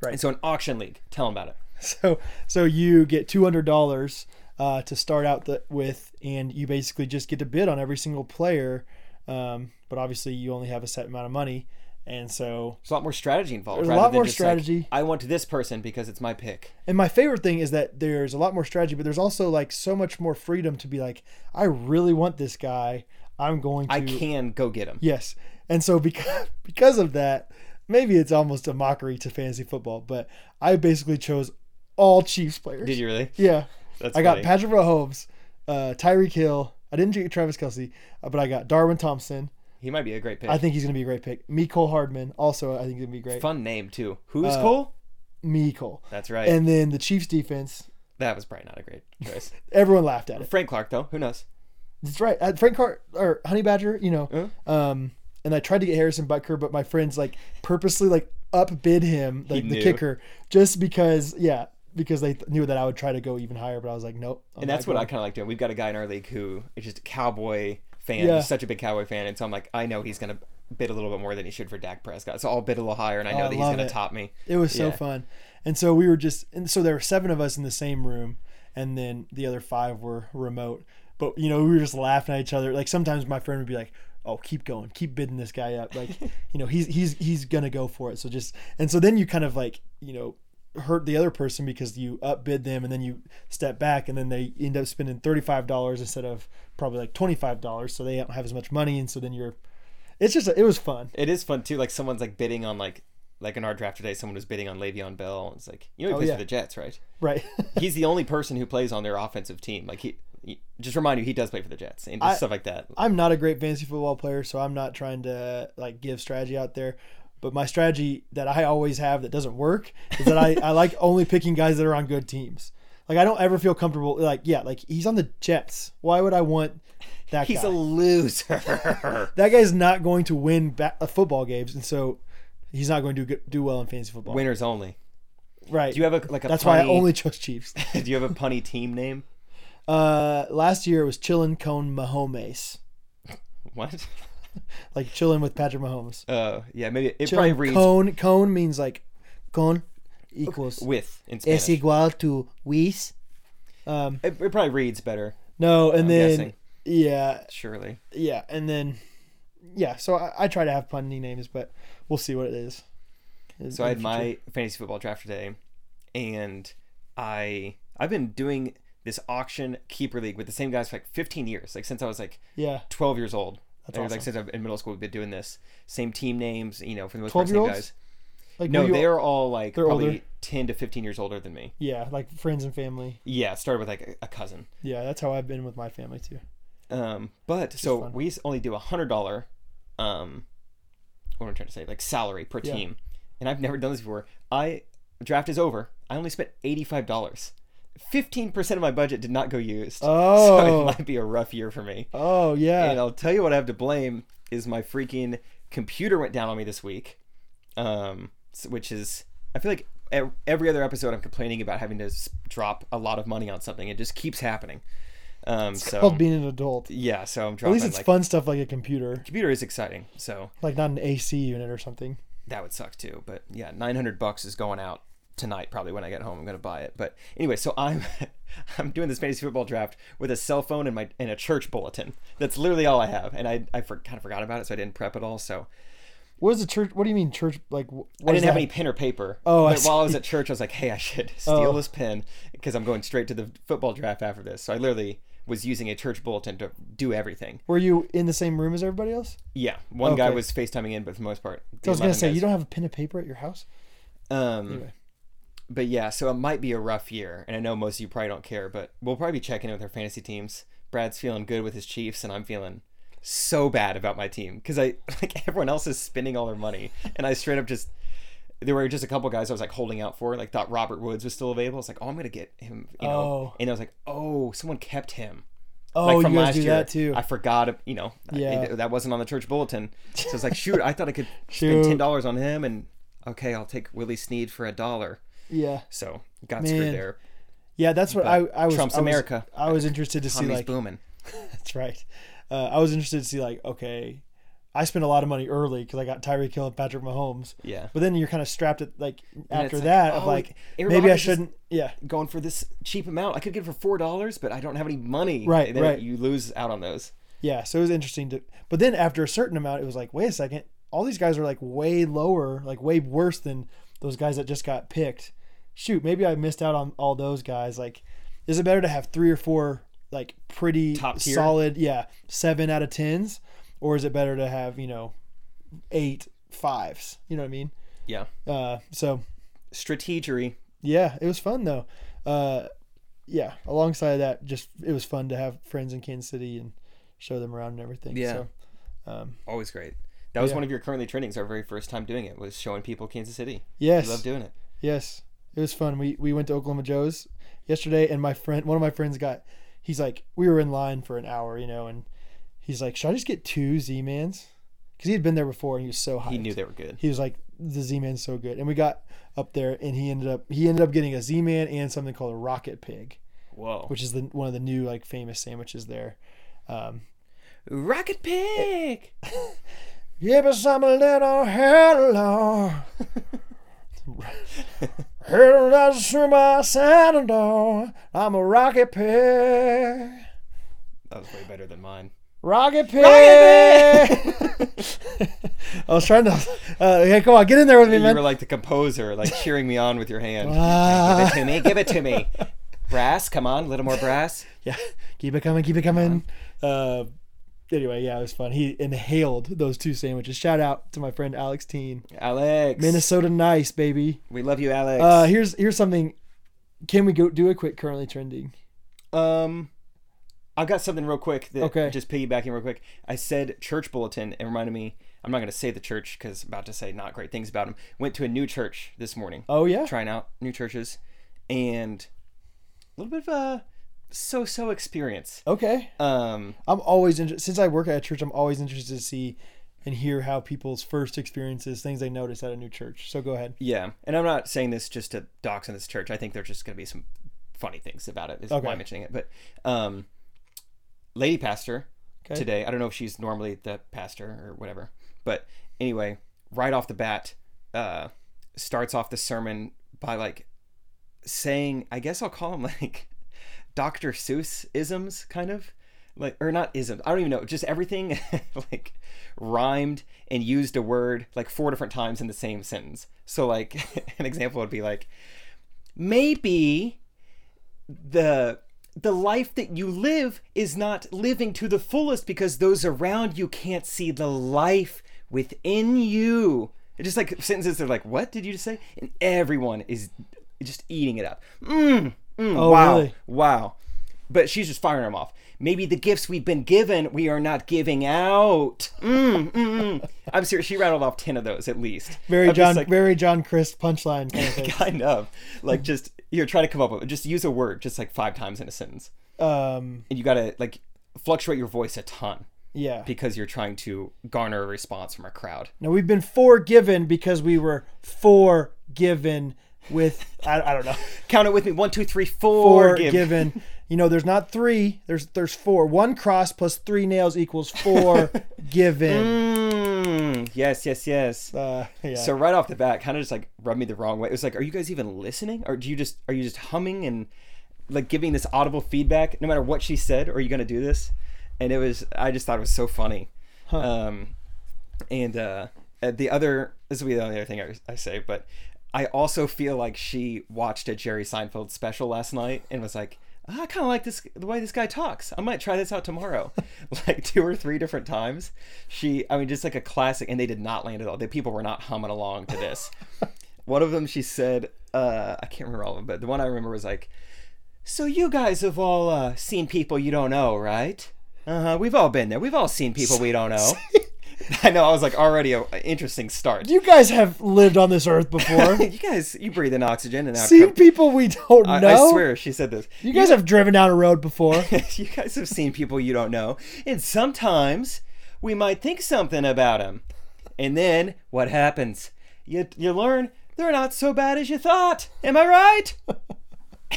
A: Right.
B: And so an auction league. Tell them about it.
A: so so you get two hundred dollars uh, to start out the, with, and you basically just get to bid on every single player. Um, but obviously, you only have a set amount of money, and so
B: There's a lot more strategy involved.
A: There's a
B: rather
A: lot
B: than
A: more
B: just, like,
A: strategy.
B: I want this person because it's my pick.
A: And my favorite thing is that there's a lot more strategy, but there's also like so much more freedom to be like, I really want this guy. I'm going to.
B: I can go get him.
A: Yes. And so because because of that, maybe it's almost a mockery to fantasy football, but I basically chose all Chiefs players.
B: Did you really?
A: Yeah.
B: That's
A: I got
B: funny.
A: Patrick Mahomes, uh, Tyreek Hill. I didn't get Travis Kelsey, but I got Darwin Thompson.
B: He might be a great pick.
A: I think he's gonna be a great pick. Miko Hardman also I think is gonna be great.
B: Fun name too. Who's Cole?
A: Miko.
B: That's right.
A: Uh, And then the Chiefs defense.
B: that was probably not a great choice.
A: Everyone laughed at it.
B: Frank Clark though. Who knows?
A: Oh That's right. Uh, Frank Car or Honey Badger, you know. Um, and I tried to get Harrison Butker, but my friends like purposely like upbid him, like the
B: knew.
A: kicker, just because yeah, because they th- knew that I would try to go even higher, but I was like, nope.
B: And that's what I kind of like doing. We've got a guy in our league who is just a cowboy fan.
A: Yeah.
B: He's such a big cowboy fan, and so I'm like, I know he's gonna bid a little bit more than he should for Dak Prescott. So I'll bid a little higher, and I know
A: Oh, I
B: that he's
A: love
B: gonna
A: it.
B: top me.
A: It was so
B: Yeah.
A: fun. And so we were just and so there were seven of us in the same room and then the other five were remote. But you know, we were just laughing at each other. Like sometimes my friend would be like, Oh, keep going, keep bidding this guy up. Like, you know, he's he's he's gonna go for it. So just and so then you kind of like, you know, hurt the other person because you upbid them and then you step back and then they end up spending thirty five dollars instead of probably like twenty five dollars, so they don't have as much money and so then you're it's just it was fun.
B: It is fun too. Like someone's like bidding on like like in our draft today, someone was bidding on Le'Veon Bell. It's like you know he plays
A: Oh, yeah.
B: for the Jets, right?
A: Right.
B: he's the only person who plays on their offensive team. Like he, Just remind you, he does play for the Jets and just
A: I-
B: stuff like that.
A: I'm not a great fantasy football player, so I'm not trying to like give strategy out there. But my strategy that I always have that doesn't work is that I, I like only picking guys that are on good teams. Like I don't ever feel comfortable. Like yeah, like he's on the Jets. Why would I want that
B: He's
A: guy?
B: a loser.
A: that guy's not going to win ba- uh, football games, and so he's not going to do, good- do well in fantasy football.
B: Winners only.
A: right?
B: Do you have a like a?
A: That's
B: punny,
A: why I only chose Chiefs.
B: Do you have a punny team name?
A: Uh, last year it was Chillin' Cone Mahomes,
B: What?
A: like chillin' with Patrick Mahomes.
B: Uh, yeah, maybe it probably
A: Chillin'
B: reads
A: Cone Cone means like cone equals
B: with in
A: es
B: Spanish.
A: igual to Wies. Um,
B: It, it probably reads better,
A: no, and then
B: guessing.
A: yeah,
B: surely.
A: yeah, and then yeah. So I, I try to have punny names, but we'll see what it is.
B: So I had my fantasy football draft today, and I I've been doing this auction keeper league with the same guys for like 15 years, like since I was like
A: yeah
B: 12 years old.
A: That's
B: Or, Like
A: awesome.
B: since I've in middle school, we've been doing this same team names, you know, for the most part, same
A: 12-year-olds?
B: guys.
A: like
B: No,
A: were you-
B: they are all like
A: They're
B: probably
A: older?
B: 10 to 15 years older than me.
A: yeah like friends and family.
B: Yeah, started with like a, a cousin.
A: Yeah, that's how I've been with my family too.
B: Um, but so
A: fun.
B: we s- only do a hundred dollar, um, what am I trying to say? Like salary per
A: Yeah.
B: team, and I've never done this before. I draft is over. I only spent eighty five dollars. Fifteen percent of my budget did not go used. so
A: Oh.
B: it might be a rough year for me.
A: Oh
B: And
A: yeah,
B: I'll tell you what I have to blame is my freaking computer went down on me this week, um, s- which is I feel like e- every other episode I'm complaining about having to s- drop a lot of money on something. It just keeps happening. Um, so
A: called being an adult.
B: yeah, so I'm
A: At
B: dropping
A: least it's
B: like
A: fun stuff like a computer,
B: computer is exciting, so
A: like not an AC unit or something.
B: that would suck too. But yeah, 900 bucks is going out tonight probably when I get home. I'm gonna buy it. But anyway, so I'm I'm doing this fantasy football draft with a cell phone and my and a church bulletin. That's literally all I have, and I I for, kind of forgot about it, so I didn't prep at all. So
A: What is the church? What do you mean church? Like wh- what
B: I
A: is
B: didn't have
A: that?
B: any pen or paper.
A: Oh, I Oh.
B: but while I was at church, I was like, hey, I should steal this pen because I'm going straight to the football draft after this. So I literally was using a church bulletin to do everything.
A: Were you in the same room as everybody else?
B: Yeah, one guy
A: Okay.
B: was FaceTiming in, but for the most part,
A: I was gonna
B: 11
A: say
B: guys-
A: you don't have a pen and paper at your house.
B: Um,
A: Anyway.
B: But yeah, so it might be a rough year, and I know most of you probably don't care, but we'll probably be checking in with our fantasy teams. Brad's feeling good with his Chiefs, and I'm feeling so bad about my team because I like everyone else is spending all their money, and I straight up just there were just a couple guys I was like holding out for, like thought Robert Woods was still available. It's like, oh, I'm gonna get him, you know,
A: Oh.
B: and I was like, oh, someone kept him
A: Oh,
B: like
A: you
B: from
A: guys
B: last
A: do
B: year.
A: that too.
B: I forgot, you know, I-
A: Yeah.
B: that wasn't on the church bulletin. So it's like, shoot, I thought I could
A: Shoot.
B: spend ten dollars on him, and okay, I'll take Willie Sneed for a dollar.
A: yeah,
B: So got
A: Man.
B: screwed there.
A: yeah, that's what I, I was.
B: Trump's
A: I was-
B: America.
A: I was interested to see
B: Tommy's
A: like
B: booming.
A: that's right. Uh, I was interested to see like okay, I spent a lot of money early because I got Tyreek Hill and Patrick Mahomes.
B: Yeah,
A: But then you're kind of strapped at like after
B: like,
A: that of
B: oh,
A: like
B: Aaron
A: maybe I
B: Rodgers is-
A: shouldn't. Yeah,
B: going for this cheap amount. I could get it for four dollars, but I don't have any money.
A: Right,
B: And then
A: right.
B: You lose out on those.
A: Yeah, so it was interesting to, but then after a certain amount, it was like, wait a second, all these guys are like way lower, like way worse than those guys that just got picked. Shoot, maybe I missed out on all those guys. Like, is it better to have three or four like pretty
B: Top tier?
A: solid, yeah, seven out of tens, or is it better to have you know eight fives? You know what I mean?
B: Yeah,
A: Uh, so
B: strategery.
A: yeah, it was fun though. Uh, yeah, alongside that, just it was fun to have friends in Kansas City and show them around and everything.
B: Yeah.
A: So.
B: Always great. That was
A: Yeah.
B: one of your currently trainings. Our very first time doing it was showing people Kansas City.
A: Yes.
B: We love doing it.
A: Yes, it was fun. We we went to Oklahoma Joe's yesterday, and my friend, one of my friends, got. He's like, we were in line for an hour, you know, and he's like, should I just get two Z mans? Because he had been there before, and he was so hyped.
B: He knew they were good.
A: He was like, the Z man's so good, and we got up there, and he ended up he ended up getting a Z man and something called a rocket pig,
B: Whoa.
A: which is the one of the new like famous sandwiches there. Um,
B: Rocket Pig.
A: Give us some little hello. Hello, that's through my saddle door. I'm a rocket pig.
B: That was way better than mine.
A: Rocket pig. I was trying to. Uh, hey, come on, get in there with me,
B: You
A: man.
B: were like the composer, like cheering me on with your hand.
A: Ah.
B: Give it to me. Give it to me. Brass, come on, a little more brass.
A: yeah, keep it coming, keep it coming. Uh, anyway, yeah, it was fun. He inhaled those two sandwiches. Shout out to my friend Alex Teen,
B: Alex.
A: Minnesota nice baby.
B: We love you, Alex.
A: Uh, here's here's something. Can we go do a quick currently trending?
B: um, I've got something real quick that
A: Okay.
B: just piggybacking real quick. I said church bulletin and reminded me I'm not going to say the church because about to say not great things about him. Went to a new church this morning,
A: Oh yeah.
B: trying out new churches, and a little bit of a so-so experience.
A: Okay.
B: Um,
A: I'm always interested since I work at a church. I'm always interested to see and hear how people's first experiences, things they notice at a new church. So go ahead.
B: yeah, and I'm not saying this just to dox on this church. I think there's just going to be some funny things about it. Is
A: Okay.
B: why I'm mentioning it. But um, lady pastor
A: Okay.
B: today. I don't know if she's normally the pastor or whatever. But anyway, right off the bat, uh, starts off the sermon by like saying, I guess I'll call him like Dr. Seuss isms, kind of. Like, or not isms. I don't even know. Just everything like rhymed and used a word like four different times in the same sentence. So, like, an example would be like, maybe the the life that you live is not living to the fullest because those around you can't see the life within you. It's just like sentences that are like, "What did you just say?" And everyone is just eating it up. Mm, mm,
A: Oh,
B: wow,
A: really?
B: wow. But she's just firing them off. Maybe the gifts we've been given, we are not giving out. Mm, mm, mm. I'm serious. She rattled off ten of those at least.
A: Very
B: I'm just
A: John,
B: like-
A: very John Chris punchline kind of thing.
B: kind of like just you're trying to come up with just use a word just like five times in a sentence
A: Um,
B: and you gotta like fluctuate your voice a ton
A: yeah.
B: because you're trying to garner a response from a crowd
A: now we've been forgiven because we were forgiven with I, I don't know
B: count it with me one two three four,
A: forgiven.
B: give.
A: You know, there's not three. There's there's four. One cross plus three nails equals four given.
B: Mm, yes yes yes
A: Uh, yeah.
B: so right off the bat kind of just like rubbed me the wrong way it was like are you guys even listening or do you just are you just humming and like giving this audible feedback no matter what she said are you gonna do this and it was i just thought it was so funny um and uh uh, the other this will be the only other thing I, I say but i also feel like she watched a jerry seinfeld special last night and was like "Ah, i kind of like this the way this guy talks i might try this out tomorrow like two or three different times she i mean just like a classic and they did not land at all the people were not humming along to this one of them she said uh i can't remember all of them but the one i remember was like so you guys have all uh, seen people you don't know, right? Uh huh. We've all been there. We've all seen people we don't know. I know. I was like already a a interesting start.
A: you guys have lived on this earth before.
B: you guys, you breathe in oxygen and out.
A: Seen
B: come-
A: people we don't
B: I,
A: know.
B: I swear she said this.
A: You guys have driven down a road before.
B: you guys have seen people you don't know, and sometimes we might think something about them, and then what happens? You you learn they're not so bad as you thought. Am I right?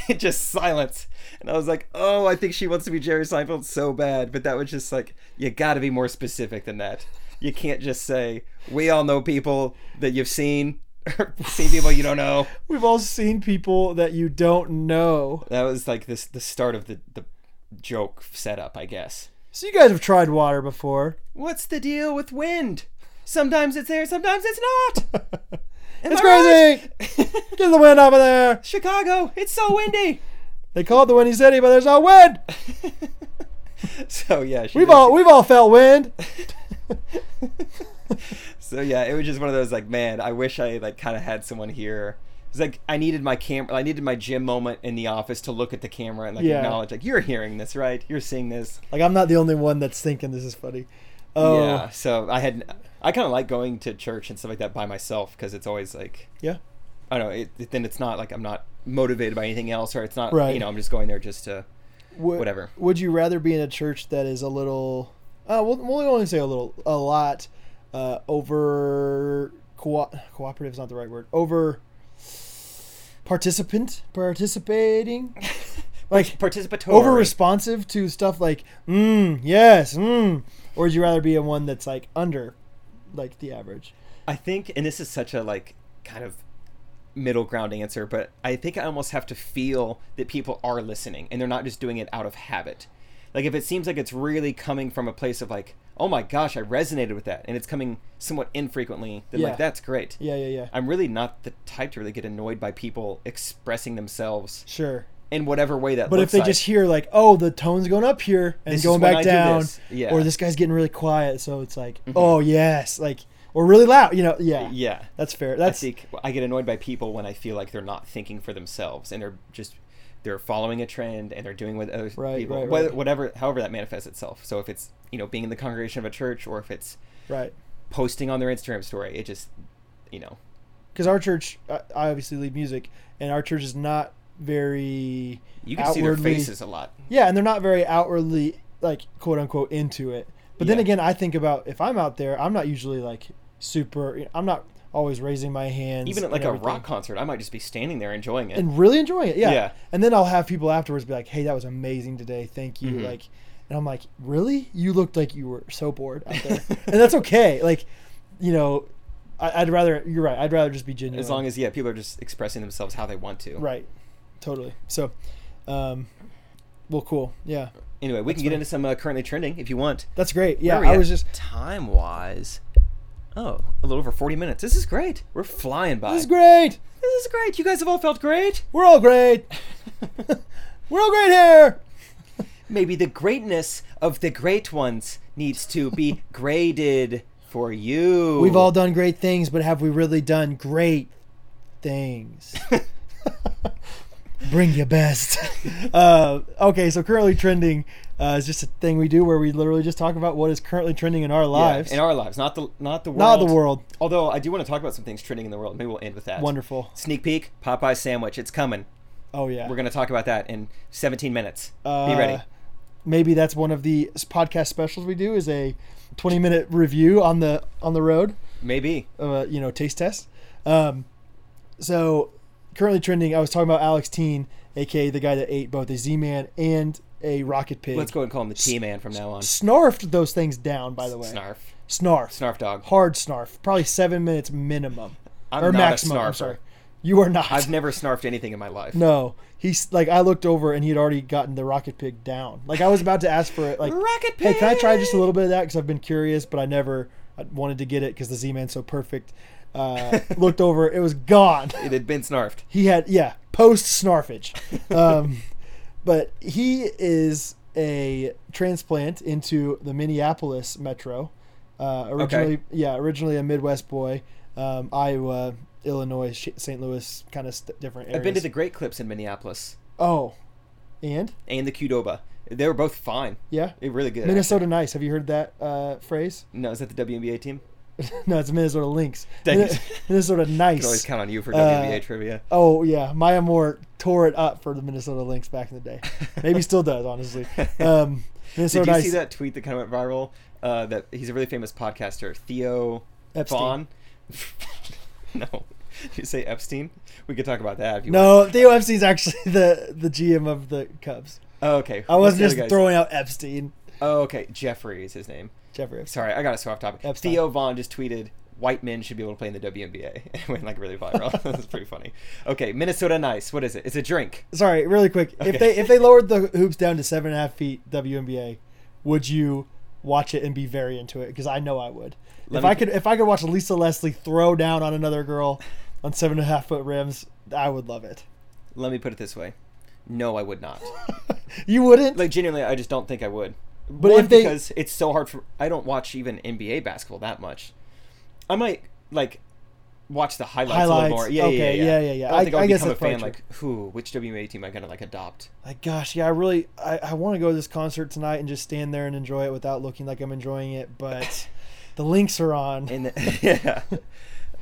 B: It just silence, and I was like, "Oh, I think she wants to be Jerry Seinfeld so bad," but that was just like, you got to be more specific than that. You can't just say, "We all know people that you've seen." or seen people you don't know.
A: We've all seen people that you don't know.
B: That was like this the start of the the joke setup, I guess.
A: So you guys have tried water before.
B: What's the deal with wind? Sometimes it's there, sometimes it's not. Am
A: It's
B: I right?
A: crazy. Get the wind out of there.
B: Chicago, it's so windy.
A: They call it the windy city, but there's no wind.
B: so yeah, she
A: We've
B: did-
A: all we've all felt wind.
B: So yeah, it was just one of those like, man, I wish I like kind of had someone here. It's like I needed my camera, I needed my gym moment in the office to look at the camera and like
A: Yeah.
B: acknowledge, like you're hearing this, right? You're seeing this.
A: Like I'm not the only one that's thinking this is funny. Oh
B: Yeah. So I had, I kind of like going to church and stuff like that by myself because it's always like
A: yeah.
B: I don't know. It, it- then it's not like I'm not motivated by anything else, or it's not
A: Right.
B: you know I'm just going there just to
A: Would,
B: Whatever.
A: Would you rather be in a church that is a little, uh, we'll, we'll only say a little, a lot, uh, over co- cooperative is not the right word. Over participant, participating, like
B: participatory.
A: over responsive to stuff like mm, yes, mm, or would you rather be in one that's like under, like the average?
B: I think, and this is such a like kind of middle ground answer, but I think I almost have to feel that people are listening and they're not just doing it out of habit. Like if it seems like it's really coming from a place of like, oh my gosh, I resonated with that, and it's coming somewhat infrequently, then
A: Yeah.
B: like that's great.
A: Yeah, yeah, yeah.
B: I'm really not the type to really get annoyed by people expressing themselves
A: Sure.
B: in whatever way that.
A: But if
B: looks
A: they
B: like.
A: just hear like, oh, the tone's going up here and
B: This is
A: going
B: when
A: back
B: I do
A: down,
B: this. Yeah. Mm-hmm.
A: or this guy's getting really quiet, so it's like, oh yes, like or really loud, you know, yeah,
B: yeah,
A: that's fair.
B: I
A: That's
B: think I get annoyed by people when I feel like they're not thinking for themselves and they're just they're following a trend and they're doing what other
A: Right,
B: people,
A: right,
B: whether-
A: right.
B: whatever, however that manifests itself. So if it's you know being in the congregation of a church or if it's
A: right.
B: posting on their Instagram story, it just you know
A: Because our church, I, I obviously lead music, and our church is not very
B: you can see their
A: outwardly-
B: faces a lot.
A: Yeah, and they're not very outwardly like quote unquote into it. But then
B: Yeah.
A: again, I think about if I'm out there, I'm not usually like super. I'm not always raising my hands.
B: Even at
A: and
B: like a
A: everything.
B: rock concert, I might just be standing there enjoying it.
A: and really enjoying it. Yeah.
B: Yeah.
A: And then I'll have people afterwards be like, "Hey, that was amazing today. Thank you."
B: Mhm.
A: Like, and I'm like, "Really? You looked like you were so bored out there, and that's okay. Like, you know, I, I'd rather you're right. I'd rather just be genuine.
B: as long as yeah, people are just expressing themselves how they want to.
A: right, totally. So, um, well, cool. Yeah,
B: Anyway, we can get into some uh, currently trending if you want.
A: that's great. Yeah,
B: Where are we
A: I was
B: at
A: just.
B: time wise. Oh, a little over 40 minutes. This is great. We're flying by.
A: This is great.
B: This is great. You guys have all felt great.
A: We're all great. We're all great here.
B: Maybe the greatness of the great ones needs to be graded for you.
A: We've all done great things, but have we really done great things? Bring your best. uh, okay, so currently trending uh, is just a thing we do where we literally just talk about what is currently trending in our lives,
B: Yeah, in our lives, not the not the world.
A: not the world.
B: Although I do want to talk about some things trending in the world. Maybe we'll end with that.
A: Wonderful.
B: Sneak peek, Popeye sandwich. It's coming.
A: Oh yeah,
B: We're going to talk about that in 17 minutes.
A: Uh,
B: be ready.
A: Maybe that's one of the s- podcast specials we do is a twenty-minute review on the on the road.
B: Maybe.
A: of a you know taste test. Um, so currently trending, I was talking about Alex Teen, aka the guy that ate both a Z Man and a Rocket Pig.
B: Let's go and call him the T man from now on.
A: Snarfed those things down, by the way.
B: Snarf.
A: Snarf.
B: Snarf dog.
A: Hard snarf. Probably seven minutes minimum.
B: I'm
A: or
B: not a
A: maximum. I'm
B: snarfer.
A: sorry. You are not.
B: I've never snarfed anything in my life.
A: no. He's like I looked over and he had already gotten the rocket pig down. Like I was about to ask for it. Like
B: Rocket
A: Hey, can I try just a
B: Pig!"
A: little bit of that? Because I've been curious, but I never I wanted to get it because the Z Man's so perfect. Uh, looked over, it was gone.
B: It had been snarfed.
A: He had yeah post snarfage, um, but he is a transplant into the Minneapolis metro. Uh, originally, yeah, originally a Midwest boy, um, Iowa, Illinois, Sh- St. Louis, kind of st- different areas.
B: I've been to the Great Clips in Minneapolis
A: oh, and
B: and the Qdoba. They were both fine.
A: yeah,
B: It really good.
A: Minnesota Nice. Have you heard that uh, phrase?
B: actually. No, is that the WNBA team?
A: no, it's Minnesota Lynx.
B: Dang
A: Min-
B: it.
A: Minnesota
B: I can always
A: Nice.
B: count on you for
A: Uh,
B: WNBA trivia.
A: Oh yeah, Maya Moore tore it up for the Minnesota Lynx back in the day. Maybe still does, honestly. Um, Minnesota
B: Did you
A: Nice.
B: see that tweet that kind of went viral? Uh, that he's a really famous podcaster, Theo
A: Epstein.
B: Vaughn. no, Did you say Epstein? We could talk about that. If you want.
A: No, Theo Epstein's actually the the GM of the Cubs.
B: Oh, okay.
A: I wasn't
B: What's the other
A: just
B: guy's-
A: throwing out Epstein.
B: Oh, okay. Jeffrey is his name.
A: Jeffrey Epstein.
B: Sorry, I got us off topic.
A: Epstein.
B: Theo Vaughn just tweeted, "White men should be able to play in the WNBA." It went like really viral. That's pretty funny. Okay, Minnesota Nice. What is it? It's a drink.
A: Sorry, really quick.
B: Okay.
A: If they if they lowered the hoops down to seven and a half feet WNBA, would you watch it and be very into it? Because I know I would.
B: Let
A: if
B: me-
A: I could if I could watch Lisa Leslie throw down on another girl on seven and a half foot rims, I would love it.
B: Let me put it this way. No, I would not.
A: you wouldn't?
B: like genuinely, I just don't think I would.
A: But
B: One,
A: if they-
B: because it's so hard for I don't watch even NBA basketball that much. I might like watch the highlights, a
A: Highlights,
B: little more. Yeah,
A: okay,
B: yeah,
A: yeah,
B: yeah,
A: yeah, yeah.
B: I don't
A: I-
B: think I'll
A: I guess
B: become a
A: that's probably
B: fan.
A: true.
B: Like, who? Which WNBA team am I gonna like adopt?
A: like gosh yeah i really i, I want to go to this concert tonight and just stand there and enjoy it without looking like i'm enjoying it but the links are on
B: And the, yeah.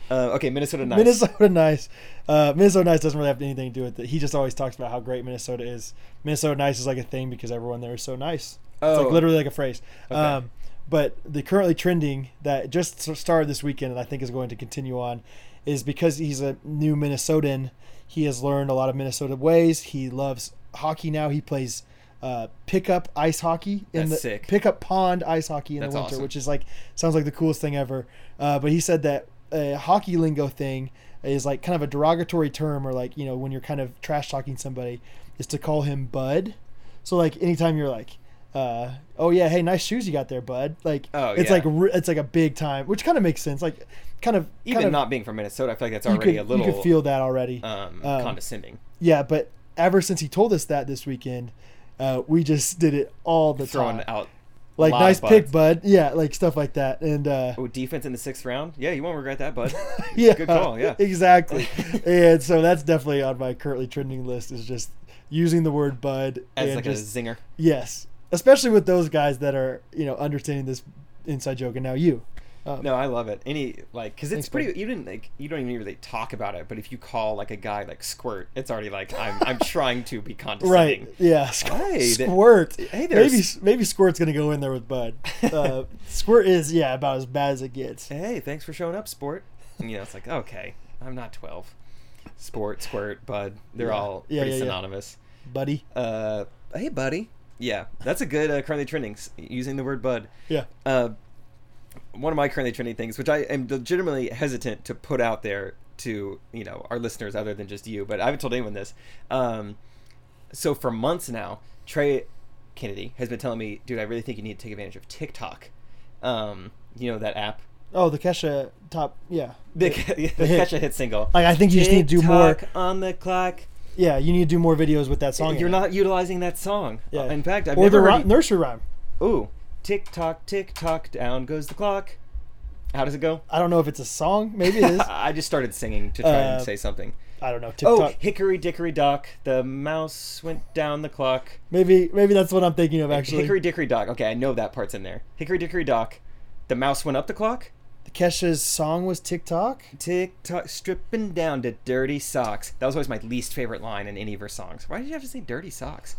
B: Uh, okay, Minnesota Nice.
A: minnesota nice uh, minnesota nice doesn't really have anything to do with it he just always talks about how great minnesota is minnesota nice is like a thing because everyone there is so nice it's
B: Oh.
A: like literally like a phrase
B: Okay.
A: um, but the currently trending that just s- started this weekend and i think is going to continue on is because he's a new minnesotan he has learned a lot of minnesota ways he loves hockey now he plays uh, pickup ice hockey in
B: That's
A: the
B: sick.
A: pickup pond ice hockey in
B: That's
A: the winter
B: awesome.
A: which is like sounds like the coolest thing ever uh, but he said that a hockey lingo thing is like kind of a derogatory term or like you know when you're kind of trash talking somebody is to call him bud so like anytime you're like, uh, oh yeah, hey, nice shoes you got there, bud. Like
B: Oh,
A: it's
B: yeah.
A: like re- it's like a big time, which kind of makes sense. Like kind of
B: even
A: kind of,
B: not being from Minnesota, I feel like that's
A: you
B: already
A: could,
B: a little
A: you could feel that already.
B: um,
A: um,
B: condescending.
A: yeah, but ever since he told us that this weekend, uh, we just did it all the
B: Throwing
A: time.
B: out
A: like
B: loud
A: nice
B: buds.
A: pick, bud. Yeah, like stuff like that. And uh,
B: Oh, defense in the sixth round? Yeah, you won't regret that, bud.
A: yeah,
B: Good call, yeah.
A: exactly. and so that's definitely on my currently trending list. Is just using the word bud
B: as
A: and
B: like
A: just
B: a zinger.
A: yes, especially with those guys that are you know understanding this inside joke, and now you. Um,
B: No, I love it. Any like because it's
A: Thanks,
B: pretty. You didn't like you don't even really talk about it. But if you call like a guy like squirt, it's already like I'm I'm trying to be condescending.
A: Right. Yeah. Squ-
B: Hey, that-
A: squirt.
B: hey there,
A: maybe
B: S-
A: maybe Squirt's gonna go in there with Bud. Uh, squirt is yeah about as bad as it gets.
B: Hey, thanks for showing up, sport. And, you know, it's like okay, I'm not twelve. Sport, squirt, bud, they're
A: Yeah.
B: all
A: Yeah,
B: pretty
A: yeah, yeah.
B: synonymous.
A: Buddy.
B: Uh, hey, buddy. Yeah, that's a good uh, currently trending s- using the word bud.
A: Yeah.
B: uh, one of my currently trending things, which I am legitimately hesitant to put out there to you know our listeners other than just you, but I haven't told anyone this. Um, so for months now, Trey Kennedy has been telling me, dude, I really think you need to take advantage of TikTok. Um, you know that app.
A: Oh, the Kesha top. Yeah.
B: The, the,
A: hit.
B: catch a hit single.
A: Like I think you just need to do more.
B: TikTok on the clock.
A: Yeah, you need to do more videos with that song. in
B: You're
A: it.
B: not utilizing that song.
A: Yeah.
B: In fact, I've
A: or the
B: never
A: ri-
B: heard you-
A: nursery rhyme.
B: Ooh, tick tock, tick tock, down goes the clock. How does it go?
A: I don't know if it's a song. Maybe it is.
B: I just started singing to try and
A: Uh,
B: say something.
A: I don't know.
B: Oh,
A: TikTok.
B: Hickory Dickory Dock, the mouse went down the clock.
A: Maybe maybe that's what I'm thinking of actually.
B: Hickory Dickory Dock. Okay, I know that part's in there. Hickory Dickory Dock, the mouse went up the clock.
A: Kesha's song was TikTok.
B: Tick tock, stripping down to dirty socks. That was always my least favorite line in any of her songs. Why did you have to say dirty socks?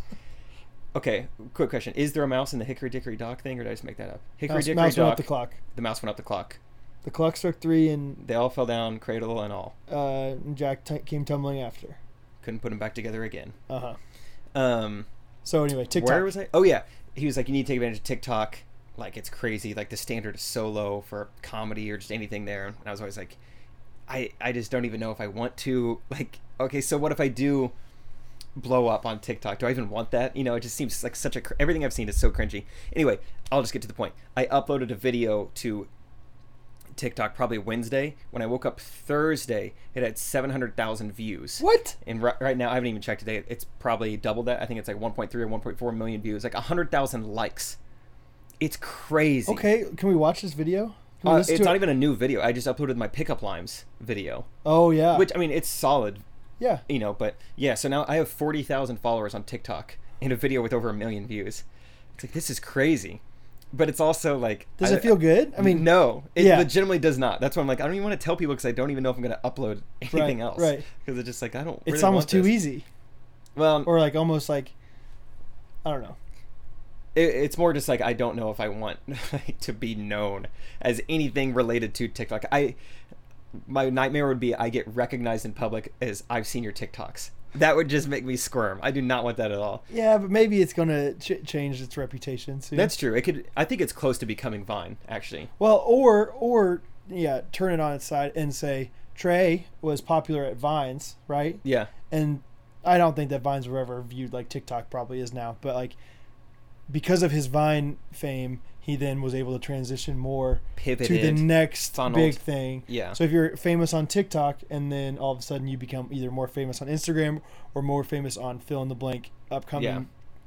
B: Okay, quick question: Is there a mouse in the Hickory Dickory Dock thing, or did I just make that up? Hickory
A: Mouse,
B: Dickory
A: mouse
B: Dock.
A: went up the clock.
B: The mouse went up the clock.
A: The clock struck three, and
B: They all fell down, cradle and all.
A: uh, Jack t- came tumbling after.
B: Couldn't put them back together again.
A: Uh huh.
B: Um,
A: So anyway, TikTok.
B: Where was I? Oh yeah, he was like, you need to take advantage of TikTok. Like it's crazy. Like the standard is so low for comedy or just anything there. And I was always like, I I just don't even know if I want to. Like, okay, so what if I do blow up on TikTok? Do I even want that? You know, it just seems like such a cr- everything I've seen is so cringy. Anyway, I'll just get to the point. I uploaded a video to TikTok probably Wednesday. When I woke up Thursday, it had seven hundred thousand views.
A: What?
B: And ri- right now, I haven't even checked today. It's probably double that. I think it's like 1.3 or 1.4 million views, like 100,000 likes. It's crazy.
A: Okay, can we watch this video? Can we
B: Uh,
A: listen
B: it's
A: to
B: not
A: it?
B: even a new video. I just uploaded my pickup limes video,
A: Oh yeah.
B: which I mean, it's solid,
A: yeah.
B: you know. But yeah, so now I have 40,000 followers on TikTok in a video with over a million views. It's like this is crazy, but it's also like
A: Does
B: I-
A: it feel good? I mean,
B: no, it
A: Yeah.
B: legitimately does not. That's why I'm like, I don't even want to tell people because I don't even know if I'm going to upload anything else.
A: right.
B: Because it's just like I don't.
A: it's
B: really
A: almost
B: want
A: too
B: this.
A: easy,
B: Well,
A: or like almost like I don't know.
B: it, it's more just like I don't know if I want like, to be known as anything related to TikTok. I my nightmare would be I get recognized in public as I've seen your TikToks. That would just make me squirm. I do not want that at all.
A: Yeah, but maybe it's gonna ch- change its reputation soon.
B: That's true. It could. I think it's close to becoming Vine, actually.
A: Well, or or yeah, turn it on its side and say Trey was popular at Vines, right?
B: Yeah.
A: And I don't think that Vines were ever viewed like TikTok probably is now, but like because of his Vine fame, he then was able to transition more
B: Pivoted.
A: to the next
B: funneled.
A: big thing.
B: Yeah.
A: So if you're famous on TikTok and then all of a sudden you become either more famous on Instagram or more famous on fill in the blank upcoming,
B: Yeah.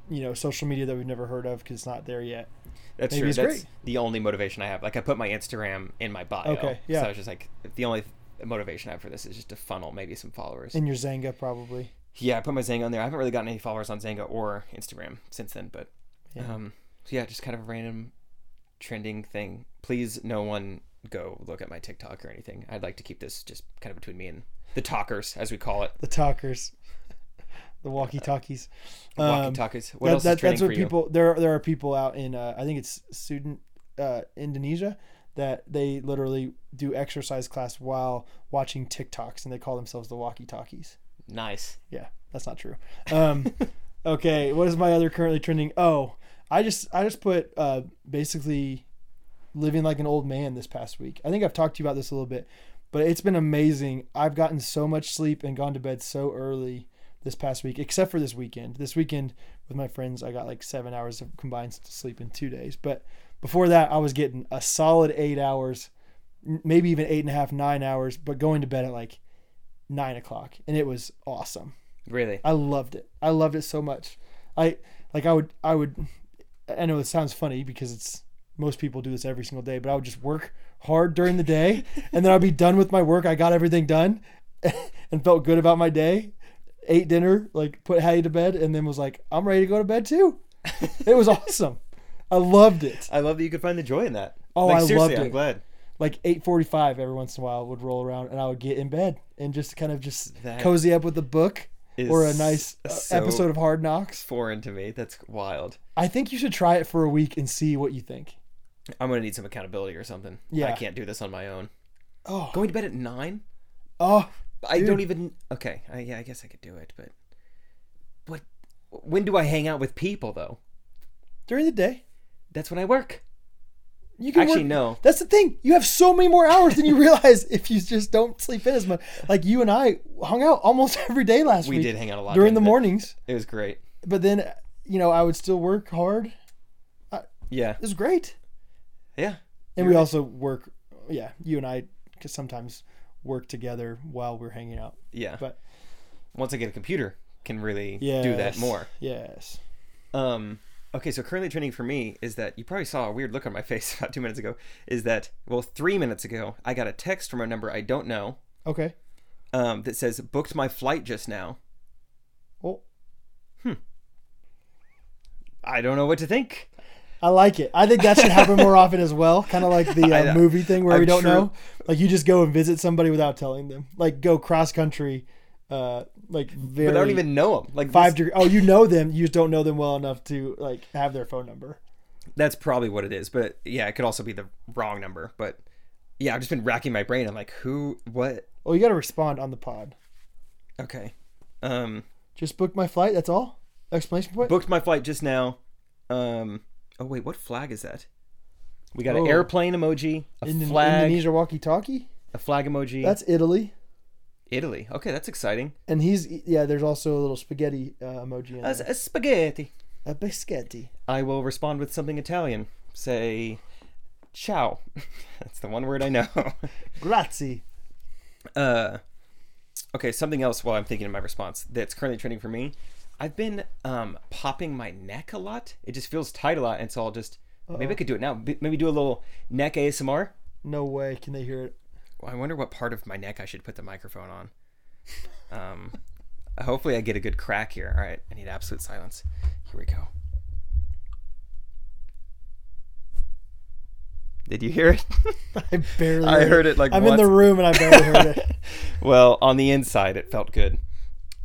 A: you know, social media that we've never heard of because it's not there yet.
B: That's
A: Maybe
B: true.
A: it's
B: That's
A: great.
B: the only motivation I have. Like I put my Instagram in my bio.
A: Okay, yeah.
B: So I was just like, the only motivation I have for this is just to funnel maybe some followers.
A: And your Zanga probably.
B: yeah, I put my Zanga on there. I haven't really gotten any followers on Zanga or Instagram since then, but
A: Yeah.
B: um so yeah, just kind of a random trending thing. Please no one go look at my TikTok or anything. I'd like to keep this just kind of between me and the talkers, as we call it.
A: the talkers, the walkie talkies.
B: Walking talkers. What else is trending
A: Um, that's what
B: for you?
A: people there. Are, there are people out in uh, I think it's student uh, Indonesia that they literally do exercise class while watching TikToks, and they call themselves the walkie talkies.
B: Nice.
A: Yeah, that's not true. Um, okay, what is my other currently trending? Oh, I just I just put uh, basically living like an old man this past week. I think I've talked to you about this a little bit, but it's been amazing. I've gotten so much sleep and gone to bed so early this past week, except for this weekend. This weekend with my friends, I got like seven hours of combined s- sleep in two days. But before that, I was getting a solid eight hours, n- maybe even eight and a half, nine hours, but going to bed at like nine o'clock, and it was awesome.
B: Really?
A: I loved it. I loved it so much. I like I would I would I know it sounds funny because it's most people do this every single day, but I would just work hard during the day and then I'd be done with my work. I got everything done and felt good about my day. ate dinner, like put Hattie to bed, and then was like, I'm ready to go to bed too. It was awesome. I loved it.
B: I love that you could find the joy in that.
A: Oh,
B: like,
A: I
B: seriously,
A: loved
B: I'm
A: it.
B: glad.
A: Like eight forty five every once in a while would roll around and I would get in bed and just kind of just
B: That
A: cozy up with a book
B: Is
A: or a nice uh,
B: so
A: episode of Hard Knocks.
B: foreign to me. That's wild.
A: I think you should try it for a week and see what you think.
B: I'm gonna need some accountability or something. I
A: Yeah.
B: can't do this on my own.
A: Oh,
B: Going to bed at nine?
A: oh,
B: I don't even. Okay, I, yeah, I guess I could do it, but what? When do I hang out with people though?
A: during the day.
B: That's when I work.
A: You can
B: Actually,
A: work-
B: no.
A: That's the thing. You have so many more hours than you realize if you just don't sleep in as much. Like you and I hung out almost every day last
B: We
A: week
B: did hang out a lot
A: during the
B: day.
A: mornings.
B: It was great.
A: But then, you know, I would still work hard. It
B: Yeah,
A: was great.
B: yeah.
A: And
B: You're
A: we
B: right.
A: also work. Yeah, you and I could sometimes work together while we're hanging out.
B: Yeah.
A: But-
B: once I get a computer, can really
A: Yeah,
B: do that more.
A: Yes.
B: Um, okay, so currently trending for me is that you probably saw a weird look on my face about two minutes ago. Is that well, three minutes ago, I got a text from a number I don't know
A: Okay.
B: um, that says booked my flight just now.
A: Well,
B: I don't know what to think.
A: I like it. I think that should happen more often as well. Kind of like
B: I
A: the
B: know.
A: uh, movie thing where
B: I'm
A: we don't
B: sure-
A: know. Like you just go and visit somebody without telling them. Like go cross country. Uh, like very.
B: But I don't even know them. Like
A: five
B: this-
A: degree. Oh, you know them. You just don't know them well enough to like have their phone number.
B: that's probably what it is. But yeah, it could also be the wrong number. But yeah, I've just been racking my brain. I'm like, who? What?
A: Well, Oh, you got to respond on the pod.
B: Okay. Um,
A: Just booked my flight. That's all. Explanation point.
B: booked my flight just now. Um, oh wait, what flag is that? We got
A: Oh.
B: an airplane emoji, a
A: Indo-
B: flag,
A: Indonesia walkie-talkie.
B: a flag emoji.
A: That's Italy.
B: Italy. Okay, that's exciting.
A: And he's yeah. There's also a little spaghetti uh, emoji in
B: That's
A: there.
B: a spaghetti.
A: A biscotti.
B: I will respond with something Italian. Say, ciao. that's the one word I know.
A: Grazie.
B: uh, okay, something else while I'm thinking of my response that's currently trending for me. I've been um, popping my neck a lot. It just feels tight a lot, and so I'll just maybe I could do it now. B- Maybe do a little neck ASMR.
A: No way. Can they hear it?
B: Well, I wonder what part of my neck I should put the microphone on. Um, hopefully, I get a good crack here. All right, I need absolute silence. Here we go. Did you hear it?
A: I barely.
B: I heard it like
A: I'm
B: once.
A: in the room and I barely heard it.
B: well, on the inside, it felt good.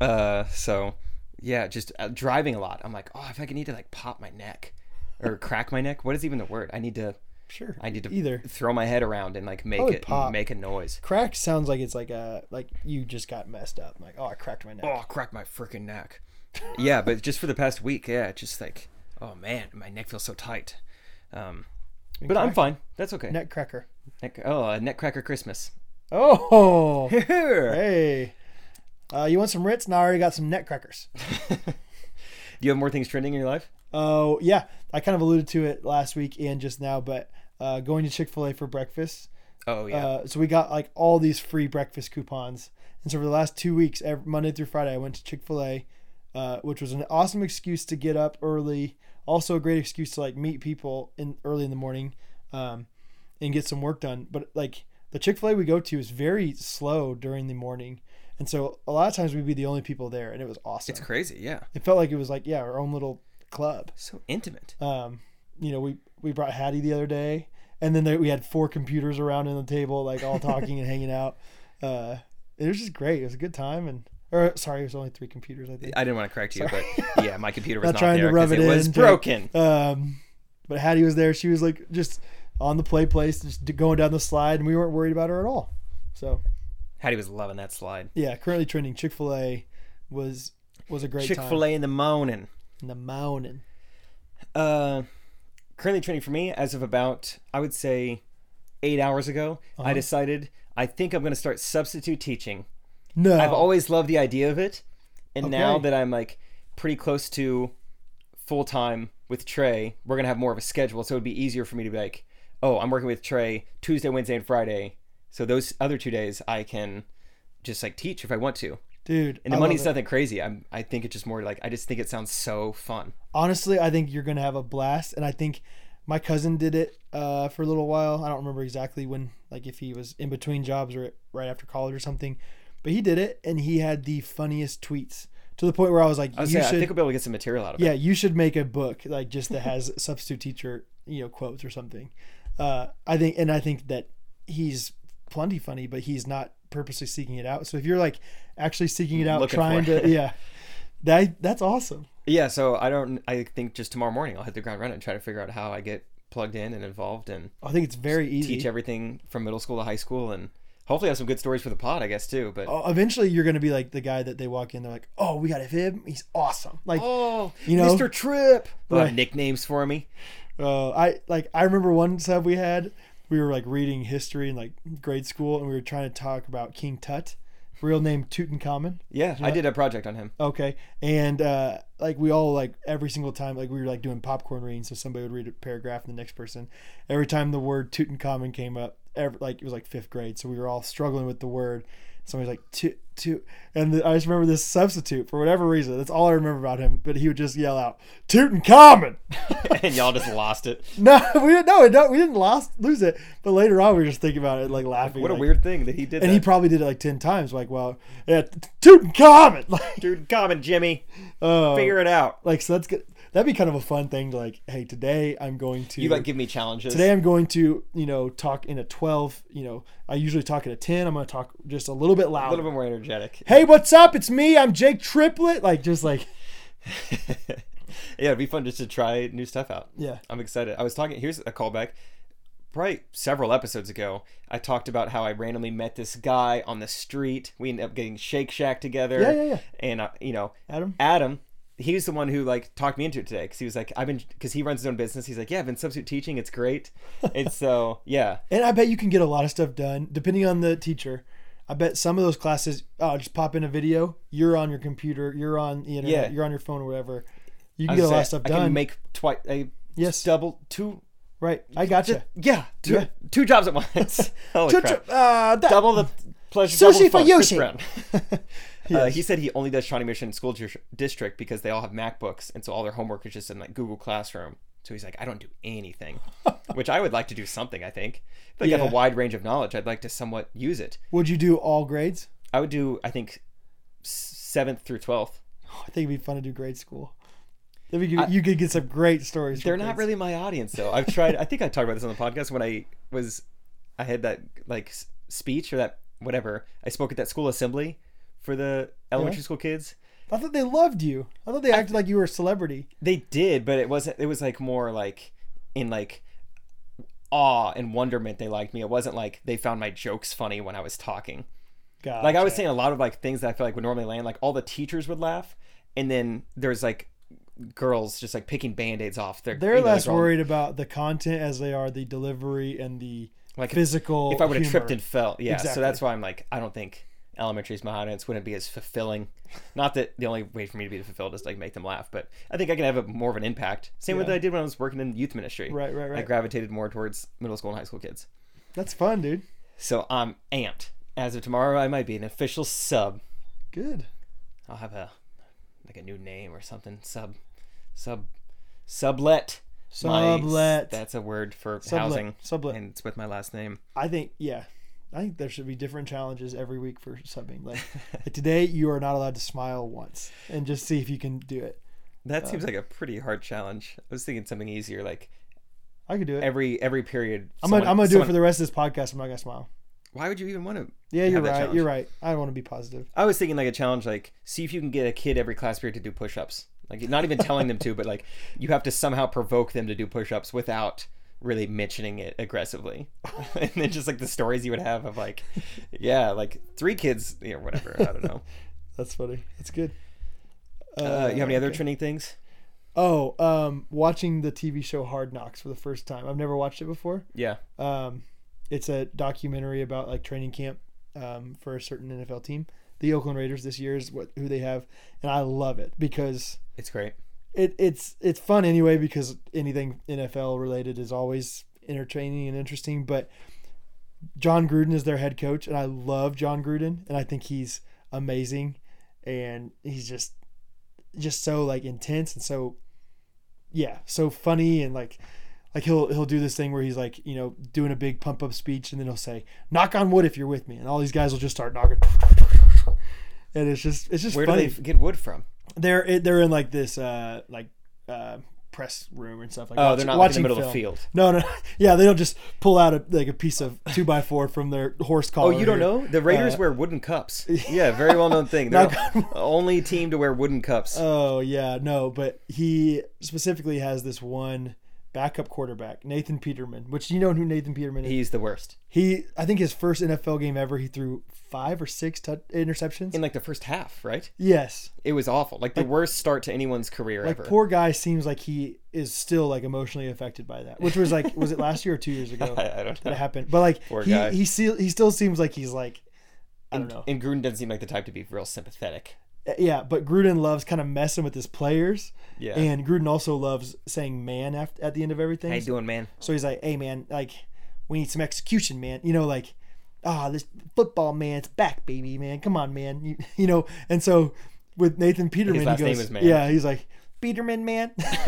B: Uh, so yeah, just uh, driving a lot. I'm like, oh, if I can need to like pop my neck or crack my neck. What is even the word? I need to.
A: Sure.
B: I need to
A: Either.
B: throw my head around and like make
A: Probably
B: it
A: pop.
B: make a noise.
A: Crack sounds like it's like a like you just got messed up. Like oh, I cracked my neck.
B: oh, I cracked my freaking neck. yeah, but just for the past week, yeah, just like, oh man, my neck feels so tight. Um, but I'm fine. That's okay. Neck,
A: Neck cracker.
B: oh, a neck cracker Christmas.
A: Oh.
B: Do
A: Hey, uh, you want some Ritz? Now I already got some neck crackers.
B: you have more things trending in your life?
A: Oh yeah, I kind of alluded to it last week and just now, but uh, going to Chick Fil A for breakfast.
B: Oh yeah.
A: Uh, so we got like all these free breakfast coupons, and so for the last two weeks, every, Monday through Friday, I went to Chick Fil A, uh, which was an awesome excuse to get up early. Also, a great excuse to like meet people in early in the morning, um, and get some work done. But like the Chick Fil A we go to is very slow during the morning, and so a lot of times we'd be the only people there, and it was awesome.
B: it's crazy. Yeah.
A: it felt like it was like yeah, our own little club
B: So intimate.
A: um, you know, we we brought Hattie the other day, and then there, we had four computers around in the table, like all talking and hanging out. Uh, it was just great. It was a good time, and or sorry, it was only three computers, I think.
B: I didn't want to correct you, but yeah, my computer was
A: Not
B: not,
A: trying to
B: there
A: rub
B: because
A: it
B: it, was
A: in, but-
B: broken.
A: Um, but Hattie was there. She was like just on the play place, just going down the slide, and we weren't worried about her at all. So
B: Hattie was loving that slide.
A: yeah, currently trending Chick Fil A was was a great
B: Chick
A: time.
B: Fil A in the morning.
A: in the mountain.
B: Uh, currently training for me as of about I would say eight hours ago. I decided I think I'm going to start substitute teaching.
A: No,
B: I've always loved the idea of it, and now
A: Oh. Okay.
B: that I'm like pretty close to full time with Trey, we're gonna have more of a schedule, so it'd be easier for me to be like, oh, I'm working with Trey Tuesday, Wednesday, and Friday. So those other two days I can just like teach if I want to.
A: dude,
B: And the
A: I love
B: money's
A: it.
B: nothing crazy. I'm I think it's just more like I just think it sounds so fun.
A: honestly, I think you're gonna have a blast, and I think my cousin did it uh, for a little while. I don't remember exactly when, like if he was in between jobs or right after college or something, But he did it, and he had the funniest tweets to the point where I was like,
B: I, was
A: you
B: saying, I
A: should,
B: think we'll be able to get some material out of it.
A: yeah, you should make a book like just that has substitute teacher, you know, quotes or something. Uh, I think, and I think that he's plenty funny, but he's not purposely seeking it out. So if you're like actually seeking it out,
B: Looking for
A: trying
B: it.
A: to, yeah, that that's awesome.
B: Yeah, so I don't. I think just tomorrow morning I'll hit the ground running and try to figure out how I get plugged in and involved and
A: I think it's very easy.
B: teach everything from middle school to high school and hopefully have some good stories for the pod, I guess too. But
A: Oh, Eventually, you're gonna be like the guy that they walk in. They're like, "Oh, we got him. He's awesome." Like,
B: oh,
A: You know?
B: Mr. Trip, They'll have
A: Right.
B: nicknames for me.
A: Uh, I like I remember one sub we had. We were like reading history in like grade school, and we were trying to talk about King Tut, real name Tutankhamun.
B: Yeah, I did a project on him.
A: Okay, and uh, like we all like every single time, like we were like doing popcorn reading, so somebody would read a paragraph, and the next person. Every time the word Tutankhamun came up, every, like it was like fifth grade, so we were all struggling with the word. Somebody's like toot toot, and the, I just remember this substitute for whatever reason. That's all I remember about him, but he would just yell out Tutankhamun.
B: and y'all just lost it.
A: No, we didn't. No, no, we didn't lost, lose it. But later on, we were just thinking about it, like laughing.
B: What a
A: like-
B: weird thing that he did.
A: And he
B: that.
A: probably did it like ten times. Like, well, yeah, Tutankhamun. Like,
B: dude, comment, Jimmy.
A: uh,
B: Figure it out.
A: like so that's good. That'd be kind of a fun thing to like. Hey, today I'm going to.
B: You like give me challenges.
A: today I'm going to you know talk in a twelve. You know, I usually talk at a ten. I'm going to talk just a little bit
B: a
A: louder.
B: little bit more energetic.
A: hey, what's up? It's me. I'm Jake Triplet. Like, just like
B: yeah, it'd be fun just to try new stuff out.
A: yeah.
B: I'm excited. I was talking. Here's a callback. Probably several episodes ago, I talked about how I randomly met this guy on the street. We ended up getting Shake Shack together.
A: Yeah, yeah, yeah.
B: And uh, you know,
A: Adam?
B: Adam, he was the one who like talked me into it today because he was like, I've been because he runs his own business. He's like, yeah, I've been substitute teaching. It's great. and so yeah,
A: And I bet you can get a lot of stuff done depending on the teacher. I bet some of those classes oh, just pop in a video. You're on your computer. You're on the internet.
B: Yeah.
A: You're on your phone or whatever. You can
B: I
A: get a lot of
B: was
A: stuff
B: like, I
A: done.
B: can make twice. a
A: Yes.
B: double two.
A: right. I got gotcha.
B: Yeah, two,
A: Yeah.
B: two jobs at once. Holy
A: you.
B: crap.
A: Uh, that-
B: double the pleasure.
A: Sushi
B: double
A: for
B: the
A: Yoshi.
B: fun. Chris Brown. uh, he said he only does Shawnee Mission School dis- District because they all have MacBooks, and so all their homework is just in like Google Classroom. So he's like, I don't do anything, which I would like to do something. I think. I think I have
A: Yeah.
B: a wide range of knowledge. I'd like to somewhat use it.
A: Would you do all grades?
B: I would do. I think s- seventh through twelfth.
A: Oh, I think it'd be fun to do grade school. Then we could, you could get some great stories. from
B: They're not
A: grades.
B: really my audience though. I've tried. I think I talked about this on the podcast when I was, I had that like s- speech or that whatever. I spoke at that school assembly for the elementary school kids.
A: I thought they loved you. I thought they acted like you were a celebrity.
B: They did, but it wasn't. It was like more like in like awe and wonderment. They liked me. It wasn't like they found my jokes funny when I was talking.
A: God.
B: Like I was saying, a lot of like things that I feel like would normally land. Like all the teachers would laugh, and then there's like girls just like picking band aids off. Their,
A: they're
B: you know,
A: less
B: like, all-
A: worried about the content as they are the delivery and the
B: Like, if-
A: physical.
B: If I would have
A: humor.
B: tripped and fell, yeah. So
A: Exactly.
B: that's why I'm like, I don't think elementary is my audience wouldn't be as fulfilling. Not that the only way for me to be fulfilled is to, like make them laugh, but I think I can have a, more of an impact. Same with
A: Yeah.
B: what I did when I was working in youth ministry.
A: Right, right,
B: I
A: right.
B: gravitated more towards middle school and high school kids.
A: That's fun, dude.
B: So I'm amped. As of tomorrow, I might be an official sub.
A: Good.
B: I'll have a like a new name or something. Sub, sub, sublet. My-
A: Sublet.
B: that's a word for
A: Sublet.
B: housing.
A: Sublet.
B: And it's with my last name.
A: I think yeah. I think there should be different challenges every week for subbing. Like, like today, you are not allowed to smile once, and just see if you can do it. Uh,
B: That seems like a pretty hard challenge. I was thinking something easier, like
A: I could do it.
B: every every period.
A: I'm gonna I'm gonna do it for the rest of this podcast. I'm not gonna smile.
B: Why would you even want to?
A: Yeah,
B: have
A: you're
B: that
A: right.
B: challenge?
A: You're right. I want to be positive.
B: I was thinking like a challenge, like see if you can get a kid every class period to do push-ups. Like not even telling them to, but like you have to somehow provoke them to do push-ups without really mentioning it aggressively. and then just like the stories you would have of like, yeah, like three kids, you know, whatever. I don't know.
A: That's funny. That's good.
B: Uh, you have any other
A: okay.
B: trending things?
A: Oh, um, watching the TV show Hard Knocks for the first time. I've never watched it before.
B: Yeah.
A: Um, it's a documentary about like training camp um, for a certain NFL team. The Oakland Raiders this year is what who they have, and I love it because
B: It's great.
A: it, it's it's fun anyway because anything NFL related is always entertaining and interesting. But John Gruden is their head coach, and I love John Gruden, and I think he's amazing, and he's just just so like intense and so yeah, so funny and like like he'll he'll do this thing where he's like you know doing a big pump up speech, and then he'll say knock on wood if you're with me, and all these guys will just start knocking. and it's just it's just
B: Where
A: funny.
B: do they get wood from?
A: they... are they're in like this uh like uh press room and stuff like
B: Oh,
A: watch-
B: they're not like in the
A: Uh, watching
B: middle of
A: film.
B: a field.
A: No, no, yeah, they don't just pull out a, like a piece of two by four from their horse
B: Oh,
A: collar.
B: you don't
A: here.
B: know? The Raiders
A: Uh,
B: wear wooden cups. Yeah, very well known thing. They're
A: Not
B: the only team to wear wooden cups.
A: Oh yeah, no, but he specifically has this one backup quarterback, Nathan Peterman. Which you know who Nathan Peterman is?
B: He's the worst.
A: He, I think his first NFL game ever, he threw five or six tou interceptions.
B: In like the first half, right?
A: yes,
B: It was awful. Like the worst start to anyone's career
A: like
B: ever.
A: poor guy seems like he is still like emotionally affected by that, which was like, was it last year or two years ago
B: I, I don't
A: that
B: know.
A: happened? But like,
B: Poor
A: he
B: guy.
A: he still he still seems like he's like, I don't
B: And,
A: know, Uh,
B: and Gruden doesn't seem like the type to be real sympathetic.
A: yeah. But Gruden loves kind of messing with his players,
B: Yeah.
A: and Gruden also loves saying "man" at, at the end of everything.
B: How you doing, man?
A: So he's like, "Hey, man, like, we need some execution, man. You know, like, ah, this football, man, it's back, baby, man. Come on, man. You, you know." And so with Nathan Peterman,
B: last
A: he
B: name
A: goes,
B: is Man.
A: "Yeah." He's like, "Peterman, man."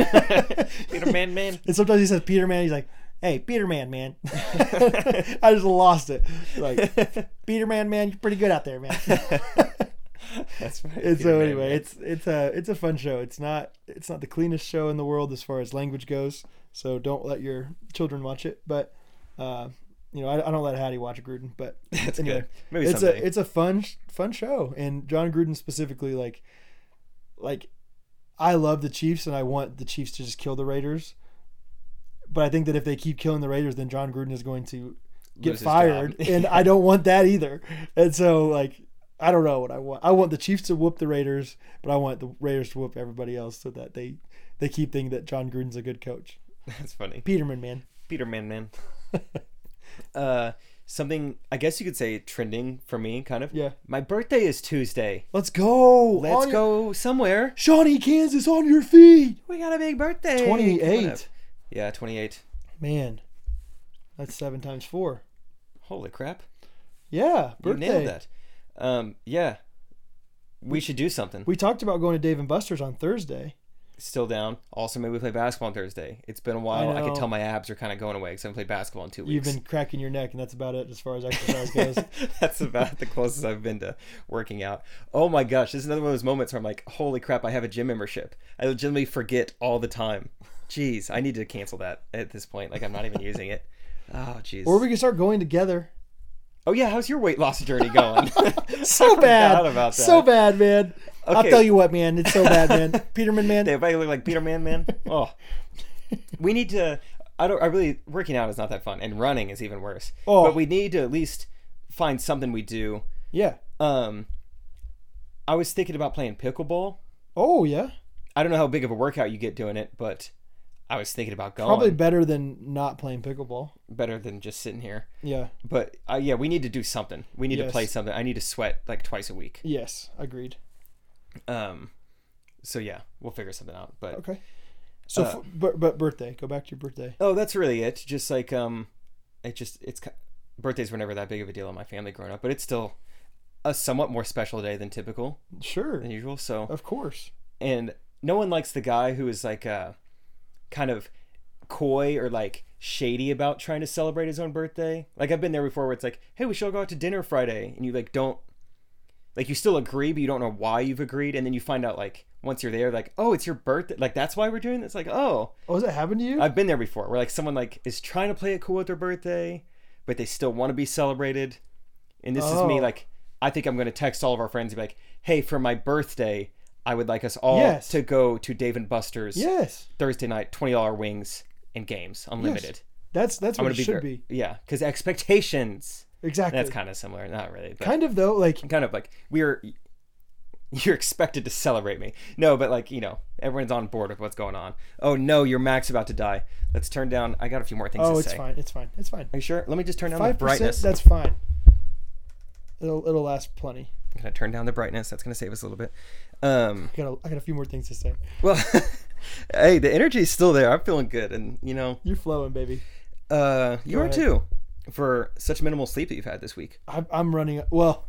B: Peter Man Man.
A: and sometimes he says Peterman. He's like, "Hey, Peterman, man." I just lost it. Like, Peterman, man, you're pretty good out there, man.
B: That's right.
A: And
B: Peter
A: so
B: Man
A: anyway,
B: Man.
A: it's it's a it's a fun show. It's not it's not the cleanest show in the world as far as language goes. So don't let your children watch it. But uh, you know, I, I don't let Hattie watch Gruden. But
B: That's
A: anyway,
B: good. Maybe
A: it's
B: someday.
A: a it's a fun fun show. And John Gruden specifically, like like I love the Chiefs and I want the Chiefs to just kill the Raiders. But I think that if they keep killing the Raiders, then John Gruden is going to get
B: Lose his job.
A: fired, and I don't want that either. And so, like, I don't know what I want. I want the Chiefs to whoop the Raiders, but I want the Raiders to whoop everybody else so that they they keep thinking that John Gruden's a good coach.
B: That's funny.
A: Peterman, man,
B: Peter Man Man. uh, something I guess you could say trending for me, kind of.
A: Yeah.
B: My birthday is Tuesday.
A: let's go.
B: Let's
A: On your-
B: go somewhere.
A: Shawnee, Kansas, on your feet.
B: We got a big birthday.
A: Twenty
B: coming up.
A: eight,
B: Yeah, 28.
A: man. That's seven times four.
B: Holy crap.
A: Yeah,
B: You
A: birthday.
B: nailed that. Um, yeah. We should do something.
A: We talked about going to Dave and Buster's on Thursday.
B: Still down. Also, maybe we play basketball on Thursday. It's been a while. I, can
A: know.
B: tell my abs are kind of going away because I haven't played basketball in two
A: You've
B: weeks.
A: been cracking your neck, and that's about it as far as exercise goes.
B: That's about the closest I've been to working out. Oh my gosh, this is another one of those moments where I'm like, holy crap, I have a gym membership. I legitimately forget all the time. Jeez, I need to cancel that at this point. Like, I'm not even using it. Oh, jeez.
A: or we can start going together.
B: oh, yeah, how's your weight loss journey going? I
A: so
B: forgot
A: bad.
B: about that.
A: So bad, man. I'll
B: Okay.
A: tell you what, man. It's so bad, man. Peterman, man.
B: If I look like Peter Man Man, oh. We need to. I don't. I really. Working out is not that fun, and running is even worse.
A: Oh.
B: But we need to at least find something we do.
A: Yeah.
B: Um, I was thinking about playing pickleball.
A: Oh yeah.
B: I don't know how big of a workout you get doing it, but I was thinking about going.
A: Probably better than not playing pickleball.
B: better than just sitting here.
A: Yeah.
B: But uh, yeah, we need to do something. We need to
A: Yes.
B: play something. I need to sweat like twice a week.
A: Yes. Agreed.
B: Um, so yeah, we'll figure something out. But
A: Okay. So,
B: Uh,
A: f- but, but birthday. Go back to your birthday.
B: oh, that's really it. Just like um, it just it's ki- birthdays were never that big of a deal in my family growing up, but it's still a somewhat more special day than typical
A: Sure.
B: than usual. So
A: Of course.
B: and no one likes the guy who is like uh kind of coy or like shady about trying to celebrate his own birthday like i've been there before where it's like hey we should all go out to dinner friday and you like don't like you still agree but you don't know why you've agreed and then you find out like once you're there like oh it's your birthday like that's why we're doing this like oh
A: Oh, has that happened to you?
B: i've been there before where like someone like is trying to play it cool with their birthday but they still want to be celebrated and this is me
A: Oh.
B: like i think i'm going to text all of our friends and be like hey for my birthday i would like us all
A: Yes.
B: to go to dave and buster's
A: yes.
B: thursday night $20 wings and games unlimited
A: That's that's
B: i'm
A: what it
B: going to be,
A: should
B: ver-
A: be.
B: yeah because expectations
A: Exactly.
B: that's kind of similar not really but
A: kind of though. Like
B: kind of like we're you're expected to celebrate me no but like you know everyone's on board with what's going on oh no your mac's about to die let's turn down i got a few more things
A: oh,
B: to
A: it's
B: say
A: fine. It's fine. It's fine.
B: are you sure let me just turn down the
A: Five percent.
B: brightness
A: That's fine. It'll it'll last plenty.
B: I'm gonna turn down the brightness. That's gonna save us a little bit. Um,
A: I got a, I got a few more things to say.
B: well, hey, the energy's still there. I'm feeling good, and you know,
A: You're flowing, baby.
B: uh, you
A: Go
B: are
A: ahead.
B: too, for such minimal sleep that you've had this week.
A: I'm, I'm running. Well,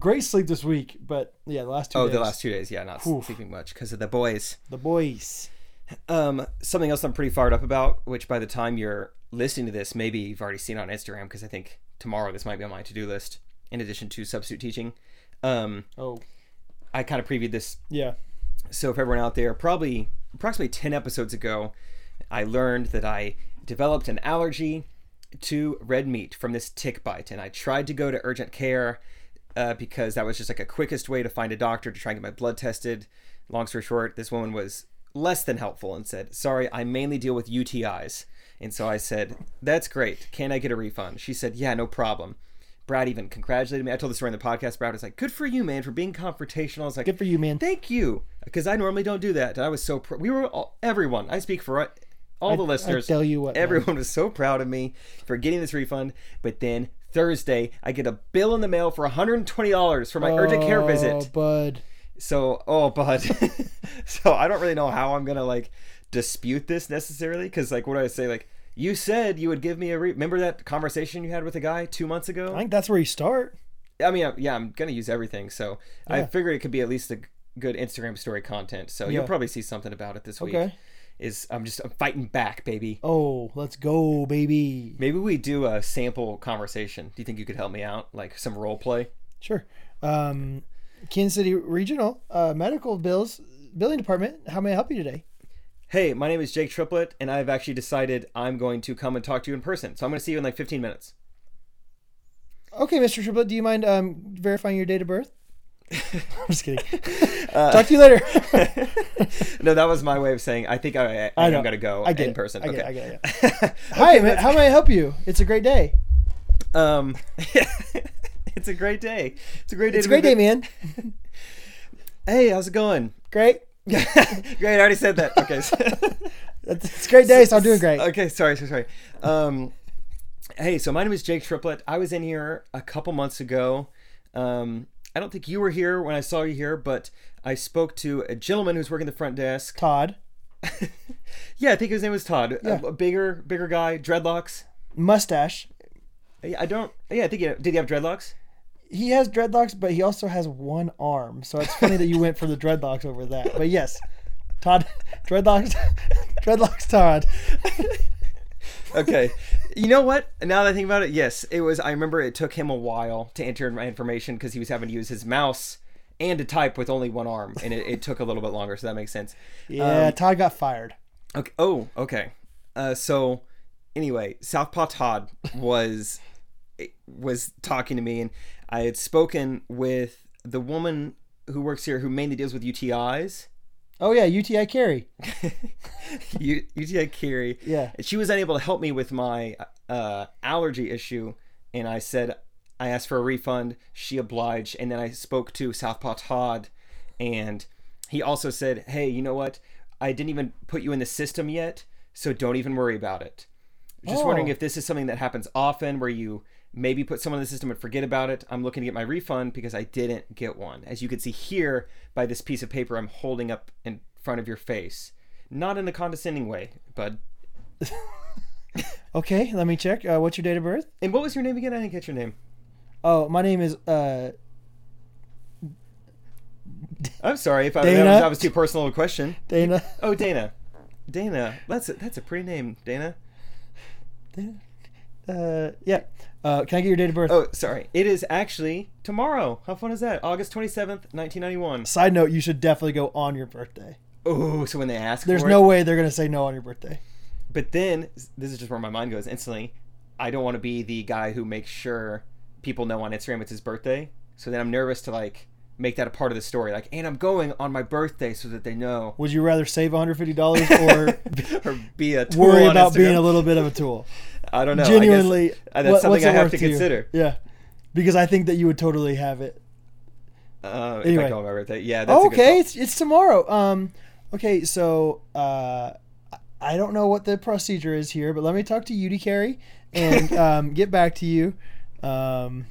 A: great sleep this week, but yeah, the last two.
B: Oh,
A: days,
B: the last two days, yeah, not
A: Oof.
B: sleeping much because of the boys.
A: the boys.
B: Um, something else I'm pretty fired up about, which by the time you're listening to this, maybe you've already seen on Instagram, because I think tomorrow this might be on my to-do list. In addition to substitute teaching, um,
A: Oh,
B: I kind of previewed this
A: Yeah.
B: so if everyone out there probably approximately 10 episodes ago i learned that i developed an allergy to red meat from this tick bite and i tried to go to urgent care uh, because that was just like a quickest way to find a doctor to try and get my blood tested long story short this woman was less than helpful and said sorry i mainly deal with utis and so i said that's great can i get a refund she said yeah no problem brad even congratulated me i told the story in the podcast brad was like good for you man for being confrontational i was like
A: Good for you, man.
B: Thank you, because I normally don't do that. And I was so pr- we were all everyone. I speak for all the
A: I
B: listeners.
A: tell you what, man.
B: everyone was so proud of me for getting this refund. But then Thursday, I get a bill in the mail for 120 dollars for my urgent care
A: Oh,
B: visit.
A: bud.
B: So, oh, bud. so I don't really know how I'm gonna like dispute this necessarily, because like, what do I say? Like, you said you would give me a re- remember that conversation you had with a guy two months ago.
A: I think that's where you start.
B: I mean, I- yeah, I'm gonna use everything, so I
A: Yeah.
B: figured it could be at least a g- good Instagram story content. So you'll
A: Yeah.
B: probably see something about it this week.
A: Okay.
B: Is I'm just I'm fighting back, baby.
A: Oh, let's go, baby.
B: Maybe we do a sample conversation. Do you think you could help me out, like some role play?
A: Sure. Um, Kansas City Regional uh, Medical Bills Billing Department. How may I help you today?
B: Hey, my name is Jake Triplett, and I've actually decided I'm going to come and talk to you in person. So I'm gonna see you in like 15 minutes.
A: Okay, Mr. Triplett, do you mind um, verifying your date of birth? I'm just kidding. Uh, Talk to you later.
B: no, that was my way of saying I think I, I,
A: I
B: am
A: know.
B: gonna go
A: I get
B: in
A: it.
B: person.
A: I get
B: okay.
A: it. I get it. I Hi, ma- how may I help you? It's a great day.
B: um, it's a great day. It's a great day.
A: It's a
B: to be
A: great day, man.
B: Hey, how's it going?
A: Great.
B: Great, I already said that. Okay. so-
A: It's it's a great day, so I'm doing great.
B: Okay, sorry, sorry, sorry. Um, hey, so my name is Jake Triplett. I was in here a couple months ago. Um, I don't think you were here when I saw you here, but I spoke to a gentleman who's working the front desk.
A: Todd,
B: Yeah, I think his name was Todd. A-
A: Yeah.
B: A, bigger, bigger guy, dreadlocks.
A: mustache.
B: Yeah, I don't. Yeah, I think he, did he have dreadlocks?
A: He has dreadlocks, but he also has one arm. So it's funny that you went for the dreadlocks over that. But yes, Todd, dreadlocks, dreadlocks, Todd.
B: okay. You know what? Now that I think about it, yes, it was. I remember it took him a while to enter in my information because he was having to use his mouse and to type with only one arm, and it, it took a little bit longer. So that makes sense.
A: Yeah, Todd got fired.
B: Okay. Oh, okay. Uh, so anyway, Southpaw Todd was was talking to me, and I had spoken with the woman who works here who mainly deals with UTIs.
A: Oh yeah, UTI carry.
B: U- UTI Kiri.
A: Yeah.
B: And she was unable to help me with my uh, allergy issue, and I said I asked for a refund. She obliged, and then I spoke to Southpaw Todd, and he also said, "Hey, you know what? I didn't even put you in the system yet, so don't even worry about it." Just wondering
A: Oh.
B: if this is something that happens often, where you maybe put someone in the system and forget about it. I'm looking to get my refund because I didn't get one, as you can see here by this piece of paper I'm holding up in front of your face. Not in a condescending way, bud.
A: Okay, let me check. Uh, what's your date of birth?
B: And what was your name again? I didn't get your name.
A: Oh, my name is uh,
B: I'm sorry if I, that,
A: Dana?
B: was, that was too personal of a question.
A: Dana.
B: Oh, Dana. Dana. That's a, that's a pretty name, Dana.
A: Uh, yeah. Uh, can I get your date of birth?
B: Oh, sorry. It is actually tomorrow. How fun is that? August 27th, 1991.
A: Side note: You should definitely go on your birthday.
B: Oh, so when they ask
A: There's
B: for it-
A: no way they're gonna say no on your birthday.
B: But then this is just where my mind goes instantly. I don't want to be the guy who makes sure people know on Instagram it's his birthday. So then I'm nervous to like make that a part of the story. Like, and I'm going on my birthday so that they know.
A: Would you rather save $150 or
B: or be a tool
A: worry
B: on
A: about
B: Instagram.
A: being a little bit of a tool?
B: I don't know. I guess uh,
A: Genuinely,
B: that's
A: what- what's
B: something
A: it
B: I have
A: worth
B: to
A: you?
B: consider.
A: Yeah, because I think that you would totally have it.
B: Uh, If I
A: Anyway.
B: go on my birthday, yeah. That's
A: Oh,
B: a good
A: okay,
B: thought.
A: it's it's tomorrow. Um, okay, so uh, I- I don't know what the procedure is here, but let me talk to Udy Carey and um, get back to you. Um,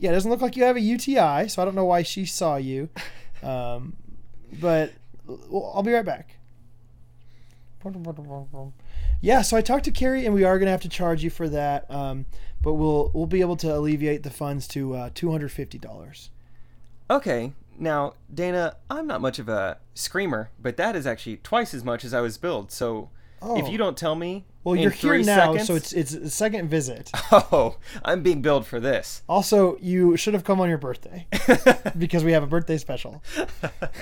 A: yeah, it doesn't look like you have a UTI, so I don't know why she saw you. Um, but well, I'll be right back. Yeah, so I talked to Carrie, and we are gonna have to charge you for that. Um, but we'll we'll be able to alleviate the funds to uh, two hundred fifty dollars.
B: Okay. Now, Dana, I'm not much of a screamer, but that is actually twice as much as I was billed. So
A: Oh.
B: If you don't tell me,
A: well,
B: in
A: you're here
B: three
A: now,
B: seconds-
A: so it's it's a second visit.
B: oh, I'm being billed for this.
A: Also, you should have come on your birthday because we have a birthday special.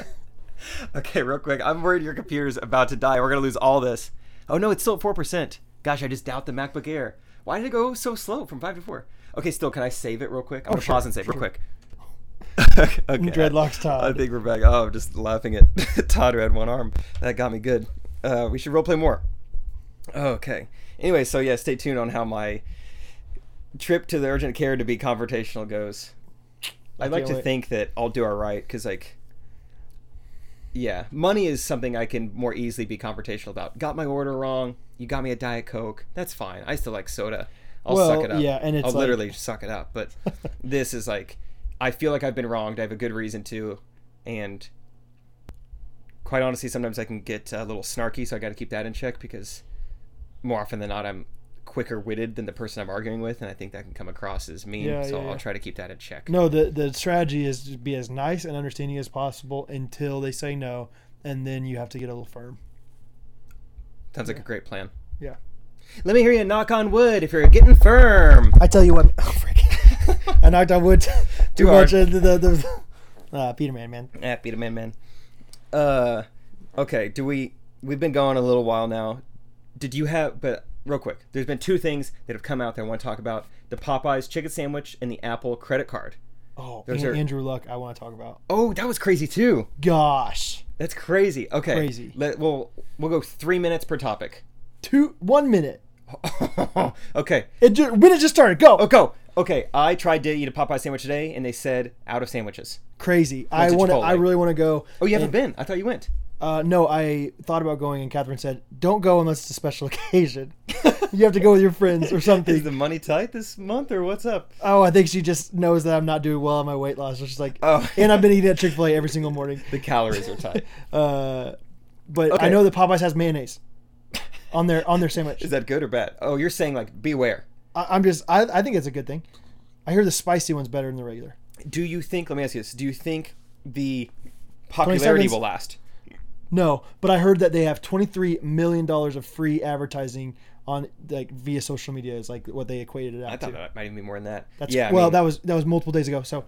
B: Okay, real quick. I'm worried your computer's about to die. We're gonna lose all this. Oh no, it's still at four percent. Gosh, I just doubt the MacBook Air. Why did it go so slow from five to four? Okay, still, can I save it real quick? I'm gonna
A: Oh, sure,
B: pause and save
A: sure.
B: real quick. okay,
A: Dreadlocks Todd.
B: I think we're back. Oh, I'm just laughing at Todd who had one arm. That got me good. Uh, we should roleplay more. Okay. Anyway, so yeah, stay tuned on how my trip to the urgent care to be confrontational goes. I'd like
A: can't
B: to
A: wait.
B: think that I'll do all right because, like, yeah, money is something I can more easily be confrontational about. Got my order wrong. You got me a diet coke. That's fine. I still like soda. I'll
A: Well,
B: suck it up.
A: yeah, and it's
B: I'll
A: like-
B: literally suck it up. But this is like, I feel like I've been wronged. I have a good reason to, and quite honestly, sometimes I can get a little snarky, so I got to keep that in check because more often than not, I'm quicker witted than the person I'm arguing with, and I think that can come across as mean.
A: Yeah,
B: so
A: yeah, yeah.
B: I'll try to keep that in check.
A: No, the the strategy is to be as nice and understanding as possible until they say no, and then you have to get a little firm.
B: Sounds like a great plan.
A: Yeah.
B: Let me hear you knock on wood if you're getting firm.
A: I tell you what, oh, frick. I knocked on wood too
B: hard.
A: much. uh, The, the, the, uh, Peter Man, man.
B: Yeah, Ah, beat him in, man. Uh, okay. Do we? We've been going a little while now. Did you have? But real quick, there's been two things that have come out that I want to talk about: the Popeyes chicken sandwich and the Apple credit card.
A: Oh,
B: Those
A: and
B: are-
A: Andrew Luck, I want to talk about.
B: Oh, that was crazy too.
A: Gosh,
B: That's crazy. Okay,
A: Crazy.
B: Let, we'll we'll go three minutes per topic.
A: two one minute.
B: okay.
A: It ju- when it just started, go
B: Oh, go. Okay, I tried to eat a Popeye sandwich today, and they said out of sandwiches.
A: crazy. I want to. I
B: Chipotle.
A: really want to go.
B: Oh, you haven't been? I thought you went.
A: Uh, no, I thought about going, and Catherine said, "Don't go unless it's a special occasion. you have to go with your friends or
B: Is
A: something."
B: the money tight this month, or what's up?
A: oh, I think she just knows that I'm not doing well on my weight loss, which is like,
B: Oh.
A: and I've been eating at Chick Fil A every single morning.
B: The calories are tight.
A: Uh, but
B: Okay.
A: I know that Popeyes has mayonnaise on their on their sandwich.
B: Is that good or bad? Oh, you're saying like beware.
A: I, I'm just, I, I think it's a good thing. I hear the spicy one's better than the regular.
B: Do you think? Let me ask you this. Do you think the popularity
A: seconds.
B: will last?
A: No, but I heard that they have 23 million dollars of free advertising on like via social media is like what they equated it out
B: I thought
A: to.
B: that might even be more than that.
A: That's,
B: yeah. I
A: well,
B: mean,
A: that was that was multiple days ago. So,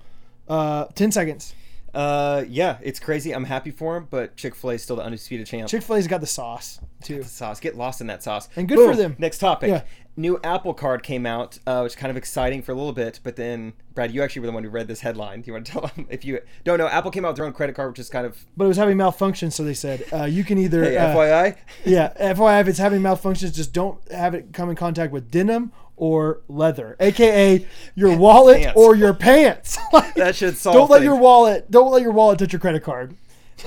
A: uh, 10 seconds.
B: Uh, yeah, it's crazy. I'm happy for him, but Chick Fil A is still the undisputed champ.
A: Chick Fil A's got the sauce too.
B: the sauce. Get lost in that sauce.
A: And good for them.
B: Next topic.
A: Yeah.
B: New Apple Card came out, uh, which is kind of exciting for a little bit. But then, Brad, you actually were the one who read this headline. Do you want to tell them if you don't know? Apple came out with their own credit card, which is kind of
A: But it was having malfunctions, so they said uh, you can either
B: hey,
A: uh,
B: FYI.
A: yeah FYI if it's having malfunctions, just don't have it come in contact with denim or leather, aka your wallet
B: Pants.
A: or your pants. Like,
B: That should solve.
A: don't let
B: things.
A: your wallet don't let your wallet touch your credit card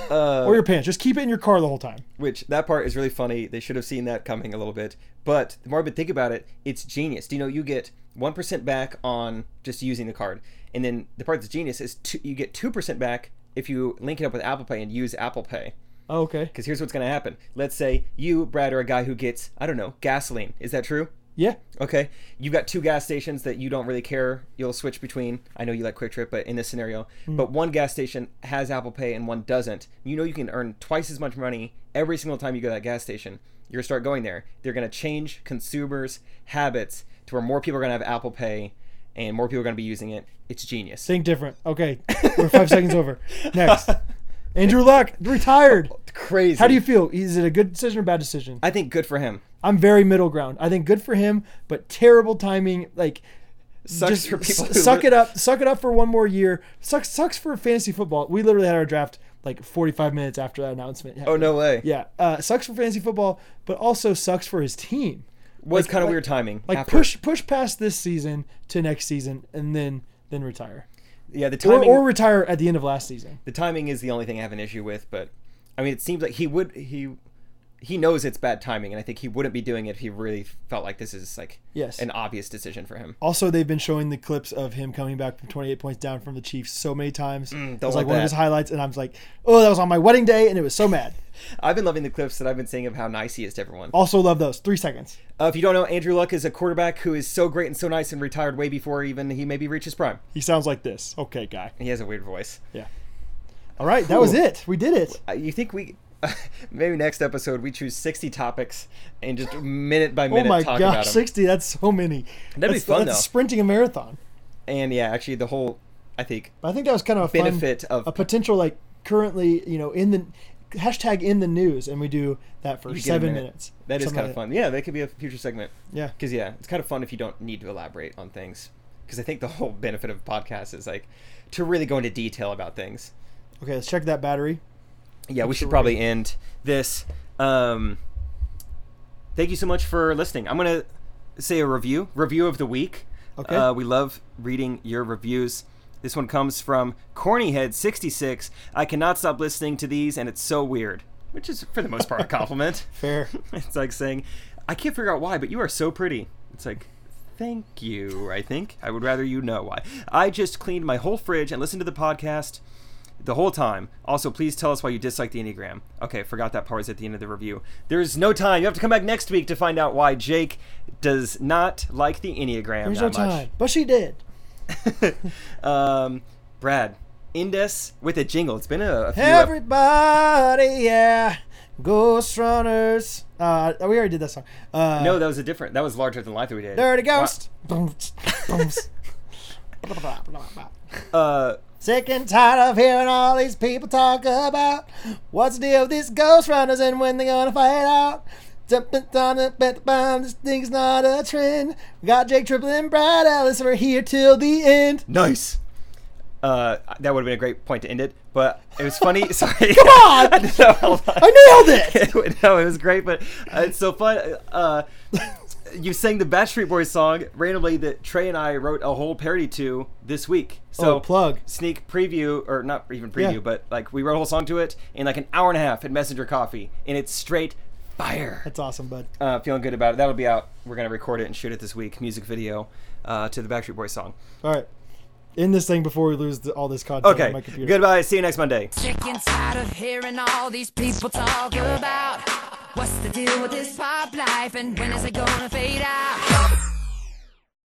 B: Uh,
A: or your pants. Just keep it in your car the whole time.
B: which that part is really funny. They should have seen that coming a little bit. But the more I've been thinking about it, it's genius. Do you know you get one percent back on just using the card, and then the part that's genius is two, you get two percent back if you link it up with Apple Pay and use Apple Pay.
A: Oh, okay.
B: Because here's what's going to happen. Let's say you, Brad, are a guy who gets I don't know gasoline. Is that true?
A: Yeah.
B: Okay, you've got two gas stations that you don't really care. You'll switch between. I know you like Quick Trip, but in this scenario,
A: Hmm.
B: but one gas station has Apple Pay and one doesn't. You know you can earn twice as much money every single time you go to that gas station. You're gonna start going there. They're gonna change consumers' habits to where more people are gonna have Apple Pay, and more people are gonna be using it. It's genius.
A: Think different. Okay. We're five seconds over. Next. Andrew Luck retired.
B: Crazy.
A: How do you feel? Is it a good decision or bad decision?
B: I think good for him.
A: I'm very middle ground. I think good for him, but terrible timing. Like,
B: Sucks
A: just
B: for people.
A: s-
B: who
A: suck
B: li-
A: it up. Suck it up for one more year. Sucks. Sucks for fantasy football. We literally had our draft like 45 minutes after that announcement.
B: Oh no way.
A: Yeah. Uh, sucks for fantasy football, but also sucks for his team.
B: Was
A: Like-
B: kind of
A: like-
B: weird timing.
A: Like
B: after-
A: push push past this season to next season, and then then retire
B: Yeah, the
A: or,
B: timing.
A: or retire at the end of last season.
B: the timing is the only thing I have an issue with, but I mean, it seems like he would he he knows it's bad timing, and I think he wouldn't be doing it if he really felt like this is like
A: Yes.
B: an obvious decision for him.
A: Also, they've been showing the clips of him coming back from 28 points down from the Chiefs so many times. it was like
B: want
A: one
B: Mm, that.
A: of his highlights, and I was like, "Oh, that was on my wedding day," and it was so mad.
B: I've been loving the clips that I've been seeing of how nice he is to everyone.
A: Also, love those three seconds.
B: Uh, if you don't know, Andrew Luck is a quarterback who is so great and so nice and retired way before even he maybe reaches prime.
A: He sounds like this. Okay, guy.
B: He has a weird voice.
A: Yeah. All right, that was
B: Cool.
A: it. We did it.
B: Uh, you think we? Maybe next episode we choose 60 topics and just minute by
A: Oh
B: minute
A: my
B: talk
A: gosh,
B: about them.
A: sixty! That's so many.
B: That'd be
A: that's,
B: fun,
A: that's
B: though.
A: Sprinting a marathon.
B: And yeah, actually the whole I think
A: But I think that was kind of a fun-
B: benefit
A: a
B: of
A: potential like currently you know in the hashtag in the news, and we do that for
B: You get a
A: seven
B: minute.
A: minutes.
B: that is
A: Something
B: kind of
A: like
B: fun. Yeah, that could be a future segment.
A: Yeah,
B: Because yeah, it's kind of fun if you don't need to elaborate on things. Because I think the whole benefit of podcasts is like to really go into detail about things.
A: Okay, let's check that battery.
B: yeah, we
A: Sure.
B: should probably end this. Um, thank you so much for listening. I'm gonna say a review, review of the week.
A: Okay.
B: Uh, we love reading your reviews. This one comes from Cornyhead66. I cannot stop listening to these, and it's so weird. Which is, for the most part, a compliment.
A: Fair.
B: it's like saying, I can't figure out why, but you are so pretty. It's like, thank you, I think. I would rather you know why. I just cleaned my whole fridge and listened to the podcast the whole time. Also, please tell us why you dislike the Enneagram. Okay, forgot that part was at the end of the review. There's no time. You have to come back next week to find out why Jake does not like the Enneagram
A: There's no
B: that
A: time, but she did.
B: much. um, Brad, end us with a jingle. It's been a, a few ep-
A: Everybody, yeah, Ghost Runners. Uh, we already did that song. Uh,
B: no, that was a different. That was larger than life that we did.
A: Dirty
B: Wow.
A: Ghost. Booms, booms. Blah, blah, blah, blah.
B: Uh,
A: Sick and tired of hearing all these people talk about what's the deal with these Ghost Runners and when they're gonna fight out. Dumping on it, bet the bomb. This thing's not a trend. We got Jake Triple and Brad Ellis. We're here till the end.
B: Nice. Uh, that would have been a great point to end it, but it was funny. Sorry.
A: Come on!
B: no, hold on.
A: I nailed
B: no, it was great, but uh, it's so fun. Uh, you sang the Backstreet Boys song randomly that Trey and I wrote a whole parody to this week. So
A: Oh, plug.
B: sneak preview or not even preview,
A: Yeah.
B: but like we wrote a whole song to it in like an hour and a half at Messenger Coffee, and it's straight fire
A: That's awesome, bud.
B: uh, feeling good about it. That'll be out. We're gonna record it and shoot it this week. Music video uh, to the Backstreet Boys song.
A: All right. End this thing before we lose the, all this content on
B: Okay.
A: my computer.
B: Goodbye. See you next Monday.
C: Sick and tired of hearing all these people talk about what's the deal with this pop life and when is it gonna fade out?